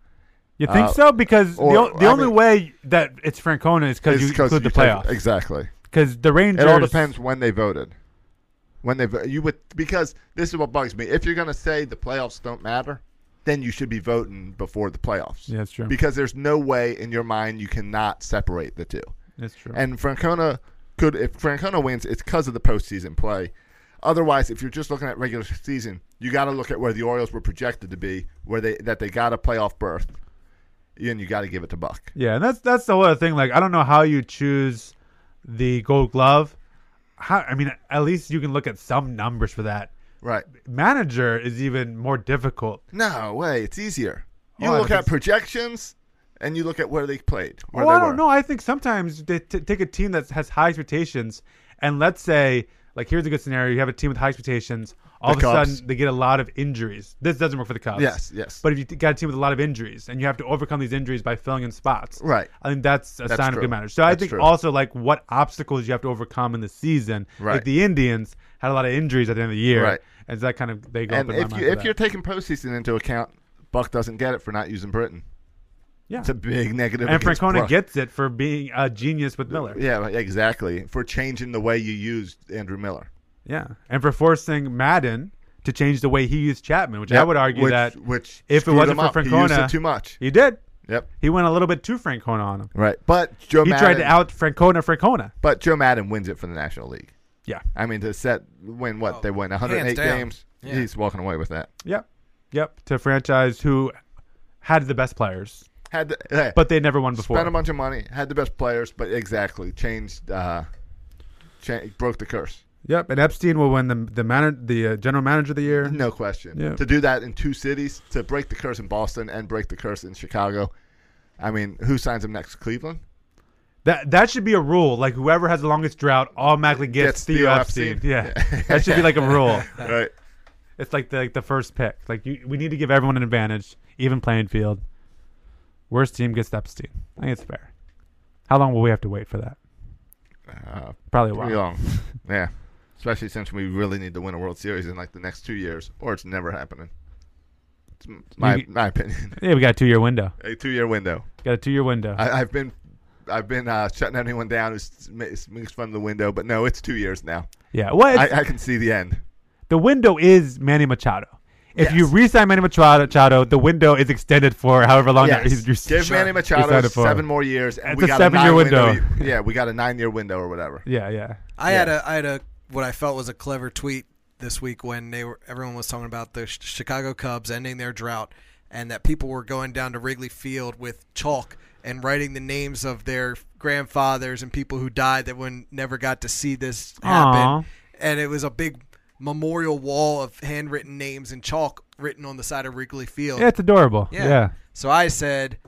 S3: you think
S1: Uh,
S3: so? Because
S1: or-
S3: the, o- the
S1: I
S3: only
S1: mean-
S3: way that it's Francona is because
S1: It's
S3: you
S1: 'cause
S3: include the
S1: take-
S3: playoffs.
S1: exactly.
S3: Because the Rangers.
S1: It all depends when they voted. When they vo- you would because this is what bugs me. If you're gonna say the playoffs don't matter, then you should be voting before the playoffs.
S3: Yeah, that's true.
S1: Because there's no way in your mind you cannot separate the two.
S3: That's true.
S1: And Francona could, if Francona wins, it's because of the postseason play. Otherwise, if you're just looking at regular season, you got to look at where the Orioles were projected to be, where they that they got a playoff berth, and you got to give it to Buck.
S3: yeah, and that's that's the whole thing. Like, I don't know how you choose the Gold Glove. How I mean, at least you can look at some numbers for that.
S1: Right?
S3: Manager is even more difficult.
S1: No way, it's easier. You
S3: Oh, I
S1: look
S3: think
S1: at
S3: so.
S1: projections, and you look at where they played. Where
S3: Oh,
S1: they
S3: I don't
S1: were.
S3: know. I think sometimes they t- take a team that has high expectations, and let's say, like, here's a good scenario: you have a team with high expectations. all
S1: The
S3: of a
S1: Cubs.
S3: sudden they get a lot of injuries. This doesn't work for the Cubs.
S1: Yes, yes.
S3: But if you t- got a team with a lot of injuries and you have to overcome these injuries by filling in spots,
S1: Right.
S3: I think that's a sign of
S1: true.
S3: good manager. So I
S1: That's
S3: think
S1: true.
S3: also like what obstacles you have to overcome in the season.
S1: Right.
S3: Like the Indians had a lot of injuries at the end of the year,
S1: Right.
S3: And so that kind of they go
S1: And
S3: up in
S1: if
S3: my
S1: you
S3: mind for
S1: if
S3: that.
S1: you're taking postseason into account, Buck doesn't get it for not using Britain.
S3: yeah,
S1: It's a big negative.
S3: and
S1: against
S3: Francona
S1: Buck.
S3: gets it for being a genius with Miller.
S1: Yeah, exactly. For changing the way you used Andrew Miller.
S3: Yeah, and for forcing Madden to change the way he used Chapman, which I would argue
S1: which,
S3: that
S1: which
S3: if it
S1: screwed
S3: wasn't
S1: him
S3: for
S1: up. he used
S3: Francona-
S1: it too much.
S3: he did.
S1: Yep.
S3: He went a little bit too Francona on him.
S1: Right, but Joe
S3: He
S1: Madden,
S3: tried to out Francona Francona.
S1: But Joe Madden wins it for the National League.
S3: Yeah.
S1: I mean, to set win what they win 108
S5: Oh, hands down.
S1: games.
S5: Yeah.
S1: He's walking away with that.
S3: Yep. Yep. To a franchise who had the best players,
S1: Had the, hey,
S3: but they never won before.
S1: spent a bunch of money, had the best players, but exactly changed, uh, cha- broke the curse.
S3: Yep. And Epstein will win the the man, the uh, general manager of the year.
S1: No question.
S3: Yeah.
S1: To do that in two cities, to break the curse in Boston and break the curse in Chicago. I mean, who signs him next? Cleveland.
S3: That that should be a rule. Like whoever has the longest drought automatically
S1: Gets
S3: gets, the
S1: Theo
S3: Theo
S1: Epstein.
S3: Epstein. Yeah. that should be like a rule.
S1: Right.
S3: It's like the like the first pick. Like you, we need to give everyone an advantage, even playing field. Worst team gets Epstein. I think it's fair. How long will we have to wait for that?
S1: Uh,
S3: Probably a
S1: pretty
S3: while.
S1: long. yeah. Especially since we really need to win a World Series in like the next two years, or it's never happening. It's m- my
S3: You-
S1: my opinion.
S3: Yeah, we got a two year window.
S1: a two year window.
S3: Got a two year window.
S1: I, I've been I've been uh, shutting anyone down who's ma- makes fun of the window, but no, it's two years now.
S3: yeah. Well, it's-
S1: I, I can see the end.
S3: the window is Manny Machado. If you
S1: Yes.
S3: re-sign Manny Machado, Machado, the window is extended for however long
S1: Yes.
S3: he's, he's
S1: Give Manny Machado
S3: decided for.
S1: seven more years, and
S3: It's
S1: we
S3: a
S1: got
S3: seven-year
S1: nine
S3: window.
S1: Yeah, we got a nine year window or whatever.
S3: Yeah, yeah.
S5: I had a I had a what I felt was a clever tweet this week when they were everyone was talking about the Ch- Chicago Cubs ending their drought and that people were going down to Wrigley Field with chalk and writing the names of their grandfathers and people who died that when never got to see this happen.
S3: Aw.
S5: And it was a big memorial wall of handwritten names in chalk written on the side of Wrigley Field.
S3: Yeah, it's adorable.
S5: Yeah.
S3: Yeah.
S5: So I said,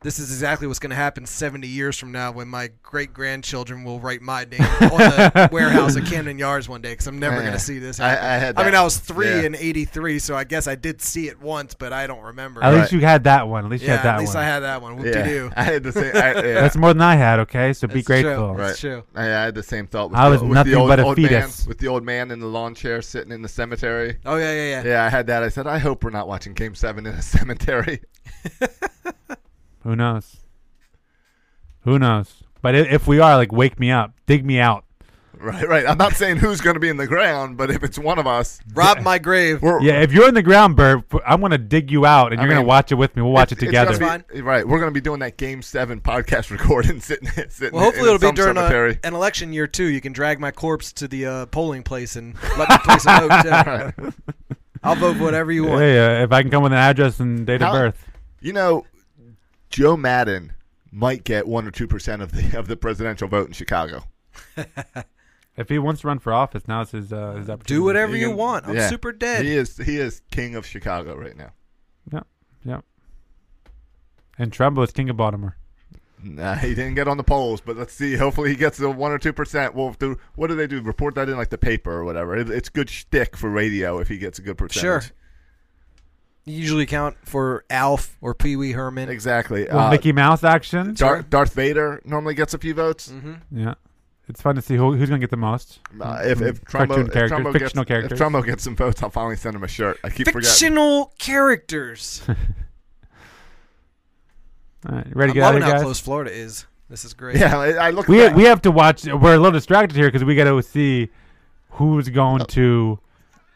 S5: this is exactly what's going to happen 70 years from now when my great grandchildren will write my name on the warehouse at Camden Yards one day because I'm never
S1: Yeah.
S5: going to see this
S1: I-
S5: happen.
S1: I had
S5: mean,
S1: that.
S5: I was three
S1: Yeah.
S5: in 83, so I guess I did see it once, but I don't remember.
S3: At
S1: Right.
S3: least you had that one. At least
S5: yeah,
S3: you had that
S5: at least
S3: one.
S5: I had that one. Whoop de
S1: Yeah,
S5: doo.
S1: I had the same. I, yeah.
S3: That's more than I had. Okay, so be
S5: That's true.
S3: grateful.
S5: Right. That's true.
S1: I, I had the same thought. With
S3: I
S1: the-
S3: was
S1: with
S3: nothing
S1: the old,
S3: but a
S1: old
S3: fetus.
S1: Man, with the old man in the lawn chair sitting in the cemetery.
S5: Oh, yeah, yeah, yeah.
S1: Yeah, I had that. I said, I hope we're not watching Game Seven in a cemetery.
S3: Who knows? Who knows? But i- if we are, like, wake me up, dig me out.
S1: right, right. I'm not saying who's going to be in the ground, but if it's one of us,
S5: Rob my grave.
S1: we're
S3: Yeah, if you're in the ground, Bert, I'm gonna dig you out, and
S1: I
S3: you're
S1: mean,
S3: gonna watch it with me. We'll watch it
S1: it's- it's gonna
S3: together.
S1: be- Right, we're going to be doing that Game Seven podcast recording sitting sitting.
S5: Well, hopefully
S1: in
S5: it'll be
S1: some
S5: during
S1: cemetery.
S5: a, an election year, too. You can drag my corpse to the uh, polling place and let me place a vote. too. I'll vote for whatever you want.
S3: Hey, uh, if I can come with an address and date
S1: How-
S3: of birth,
S1: You know, Joe Madden might get one or two percent of the of the presidential vote in Chicago.
S3: if he wants to run for office, now's his uh, his opportunity.
S5: Do whatever you
S1: can-
S5: want. I'm
S1: yeah.
S5: super dead.
S1: He is he is king of Chicago right now.
S3: Yep, yep. And Trumbo is king of Baltimore.
S1: Nah, he didn't get on the polls, but let's see. Hopefully, he gets the one or two percent. Well, do what do they do? Report that in like the paper or whatever. It, it's good shtick for radio if he gets a good percentage.
S5: Sure. You usually count for Alf or Pee Wee Herman.
S1: exactly.
S3: Little
S1: Uh,
S3: Mickey Mouse Mm-hmm. action.
S1: Dar- Darth Vader normally gets a few votes.
S3: yeah, it's fun to see who, who's gonna get the most.
S1: Uh, if if
S3: Mm-hmm. Cartoon
S1: Trumbo, if
S3: characters,
S1: Trumbo
S3: fictional
S1: gets,
S3: characters.
S1: if Trumbo gets some votes, I'll finally send him a shirt. I keep forgetting.
S5: Fictional characters.
S3: All right, you ready to
S5: I'm
S3: get out
S5: loving
S3: of here,
S5: how
S3: guys?
S5: close Florida is. This is great.
S1: Yeah, I, I look.
S3: We
S1: back.
S3: we have to watch. We're a little distracted here because we got to see who's
S1: Uh,
S3: going to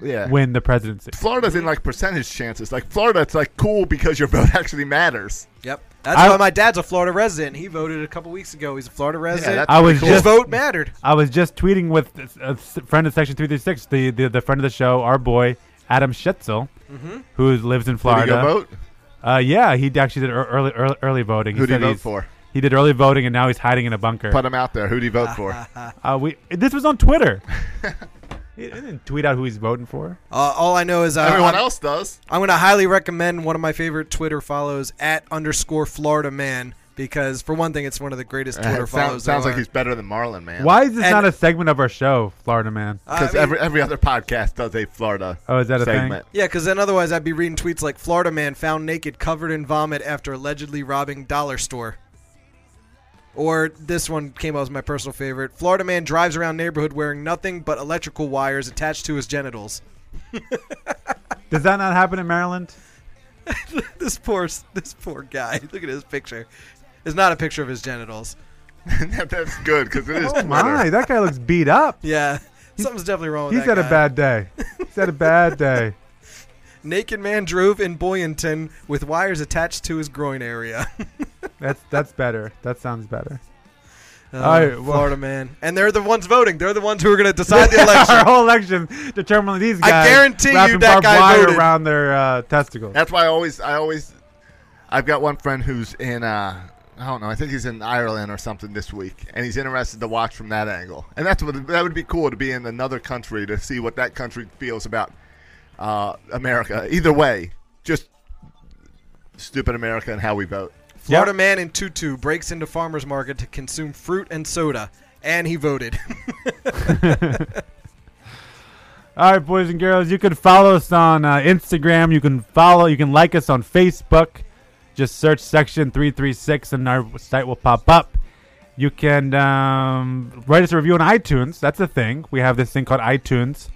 S1: yeah.
S3: win the presidency.
S1: Florida's in like percentage chances. Like Florida, it's like cool because your vote actually matters.
S5: Yep. That's
S3: I-
S5: why my dad's a Florida resident. He voted a couple weeks ago. He's a Florida resident.
S1: that's
S3: I was
S1: pretty
S5: His
S3: just
S5: vote mattered.
S3: I was just tweeting with a s- friend of Section 336, the, the, the friend of the show, our boy, Adam Schitzel,
S5: Mm-hmm.
S3: who lives in
S1: Did he
S3: Florida.
S1: go vote?
S3: Uh, yeah, he actually did ear- early early, early voting. He
S1: Who did he
S3: said
S1: vote
S3: he's-
S1: for?
S3: He did early voting, and now he's hiding in a bunker.
S1: Put him out there. Who did he vote for?
S3: Uh, we This was on Twitter. he didn't tweet out who he's voting for.
S5: Uh, all I know is uh,
S1: Everyone
S5: I'm,
S1: else does.
S5: I'm going to highly recommend one of my favorite Twitter follows at underscore Florida man because for one thing, it's one of the greatest Twitter
S1: Uh, Sound-
S5: follows.
S1: sounds
S5: there
S1: like
S5: are.
S1: he's better than Marlon, man.
S3: Why is this
S5: And-
S3: not a segment of our show, Florida Man?
S5: I
S1: Because
S5: mean-
S1: every every other podcast does a Florida.
S3: Oh, is that a thing?
S1: segment.
S5: Yeah, because then otherwise I'd be reading tweets like Florida man found naked covered in vomit after allegedly robbing dollar store. Or this one came out as my personal favorite. Florida man drives around neighborhood wearing nothing but electrical wires attached to his genitals.
S3: Does that not happen in Maryland?
S5: This poor, this poor guy. Look at his picture. It's not a picture of his genitals.
S1: That- that's good because it is. Twitter.
S3: Oh, My, that guy looks beat up.
S5: Yeah, something's definitely
S1: Oh,
S5: wrong with
S3: He's
S5: that
S3: had a
S5: guy.
S3: bad day. He's had a bad day.
S5: Naked man drove in Boynton with wires attached to his groin area.
S3: That's that's better. That sounds better.
S5: Oh,
S3: right, well-
S5: Florida man, and they're the ones voting. They're the ones who are going to decide the election.
S3: Our whole election determining these
S5: I
S3: guys.
S5: guarantee you
S3: wrapping
S5: that
S3: barbed
S5: guy
S3: wire
S5: voted.
S3: around their uh, testicles.
S1: That's why I always I always I've got one friend who's in uh I don't know, I think he's in Ireland or something this week and he's interested to watch from that angle. And that's what that would be cool to be in another country to see what that country feels about uh America. Either way, just stupid America and how we vote.
S5: Florida
S3: Yep.
S5: man in tutu breaks into farmer's market to consume fruit and soda, and he voted.
S3: All right, boys and girls, you can follow us on uh, Instagram. You can follow, you can like us on Facebook. Just search section 336 and our site will pop up. You can um, write us a review on iTunes. That's a thing. We have this thing called iTunes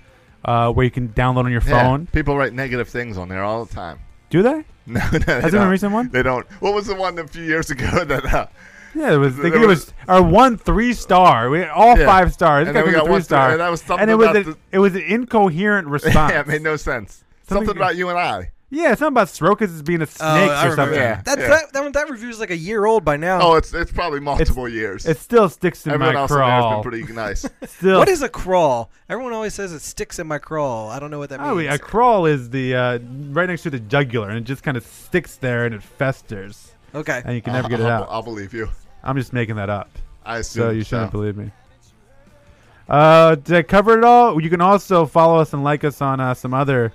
S3: uh, where you can download on your
S1: Yeah,
S3: phone.
S1: people write negative things on there all the time.
S3: Do they?
S1: No, no, they
S3: there been a
S1: don't.
S3: recent one?
S1: They don't. What was the one a few years ago that uh,
S3: Yeah, it was. I think
S1: There
S3: it was
S1: was-
S3: our one three star. We all
S1: Yeah.
S3: five stars. This
S1: And
S3: guy
S1: then we
S3: gave it
S1: got
S3: three
S1: one star,
S3: stars.
S1: and that was something
S3: And it was
S1: about
S3: an-
S1: the-
S3: it was an incoherent response.
S1: yeah, it made no sense.
S3: Something-
S1: Something, about you and I.
S3: Yeah, something about Sorokas as being a snake
S5: Oh, I
S3: or
S5: remember
S3: something.
S1: Yeah.
S5: that, that that one that review is like a year old by now.
S1: Oh, it's it's probably multiple years.
S3: It still sticks in
S1: Everyone
S3: my
S1: else in there
S3: crawl.
S1: has been pretty nice.
S3: still,
S5: what is a crawl? Everyone always says it sticks in my crawl. I don't know what that
S3: Oh,
S5: means.
S3: yeah, a crawl is the uh, right next to the jugular, and it just kind of sticks there and it festers,
S5: okay.
S3: and you can never get it
S1: I'll,
S3: out.
S1: I'll believe you.
S3: I'm just making that up,
S1: I assume
S3: so you shouldn't believe me. Uh, did I cover it all? You can also follow us and like us on uh, some other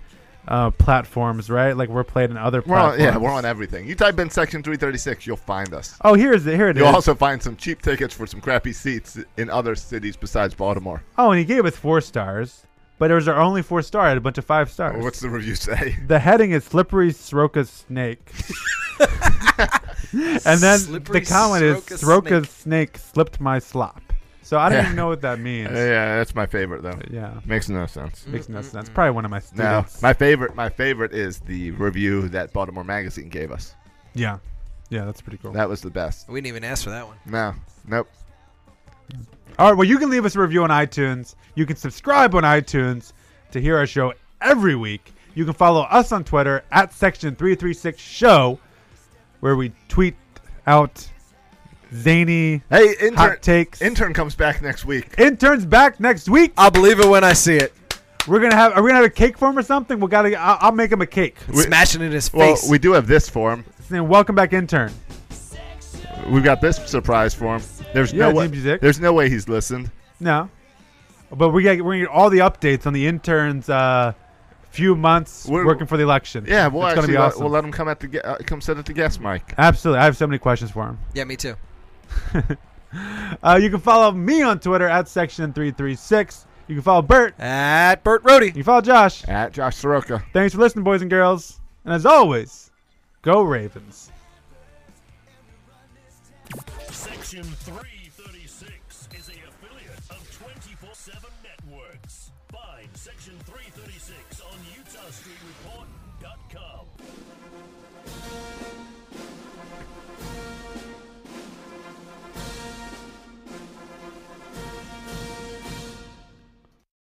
S3: uh, platforms, right? Like we're played in other
S1: We're on,
S3: platforms.
S1: yeah, we're on everything. You type in section 336, you'll find us.
S3: Oh, here's it. Here it is.
S1: You'll also find some cheap tickets for some crappy seats in other cities besides Baltimore.
S3: oh, and he gave us four stars, but it was our only four star. I had a bunch of five stars.
S1: What's the review say?
S3: The heading is Slippery Soroka Snake. and then
S5: Slippery
S3: the comment
S5: Soroka
S3: is Soroka snake. slipped my slop. So I don't
S1: Yeah.
S3: even know what that means.
S1: yeah, that's my favorite though.
S3: Yeah.
S1: Makes no sense.
S3: Makes no sense. Probably one of my
S1: No,
S3: students.
S1: my favorite, my favorite is the review that Baltimore Magazine gave us.
S3: yeah. Yeah, that's pretty cool.
S1: That was the best.
S5: We didn't even ask for that one.
S1: No, nope.
S3: All right, well, you can leave us a review on iTunes. You can subscribe on iTunes to hear our show every week. You can follow us on Twitter at Section 336 Show, where we tweet out zany
S1: Hey, intern,
S3: hot takes.
S1: intern comes back next week.
S3: Intern's back next week.
S5: I'll believe it when I see it.
S3: We're gonna have. Are we gonna have a cake for him or something? We gotta. I'll, I'll make him a cake.
S1: We-
S5: Smashing it in his
S1: Well,
S5: face.
S1: we do have this for him.
S3: Saying, welcome back, intern.
S1: We've got this surprise for him. There's
S3: Yeah,
S1: no way.
S3: James Dick.
S1: There's no way he's listened.
S3: No, but we got. We're gonna get all the updates on the intern's uh, few months
S1: We're-
S3: working for the election.
S1: Yeah, we'll
S3: it's gonna
S1: actually
S3: be
S1: let-
S3: awesome.
S1: we'll let him come at the ge- uh, come sit at the guest mic.
S3: Absolutely, I have so many questions for him.
S5: yeah, me too.
S3: Uh, you can follow me on Twitter at section three three six. You can follow Bert.
S5: At Bert Rohde.
S3: You can follow Josh.
S1: At Josh Soroka.
S3: Thanks for listening, boys and girls. And as always, go Ravens.
S7: Section 336 is a affiliate of 24 7 Networks. Find Section 336 on UtahStreetReport.com.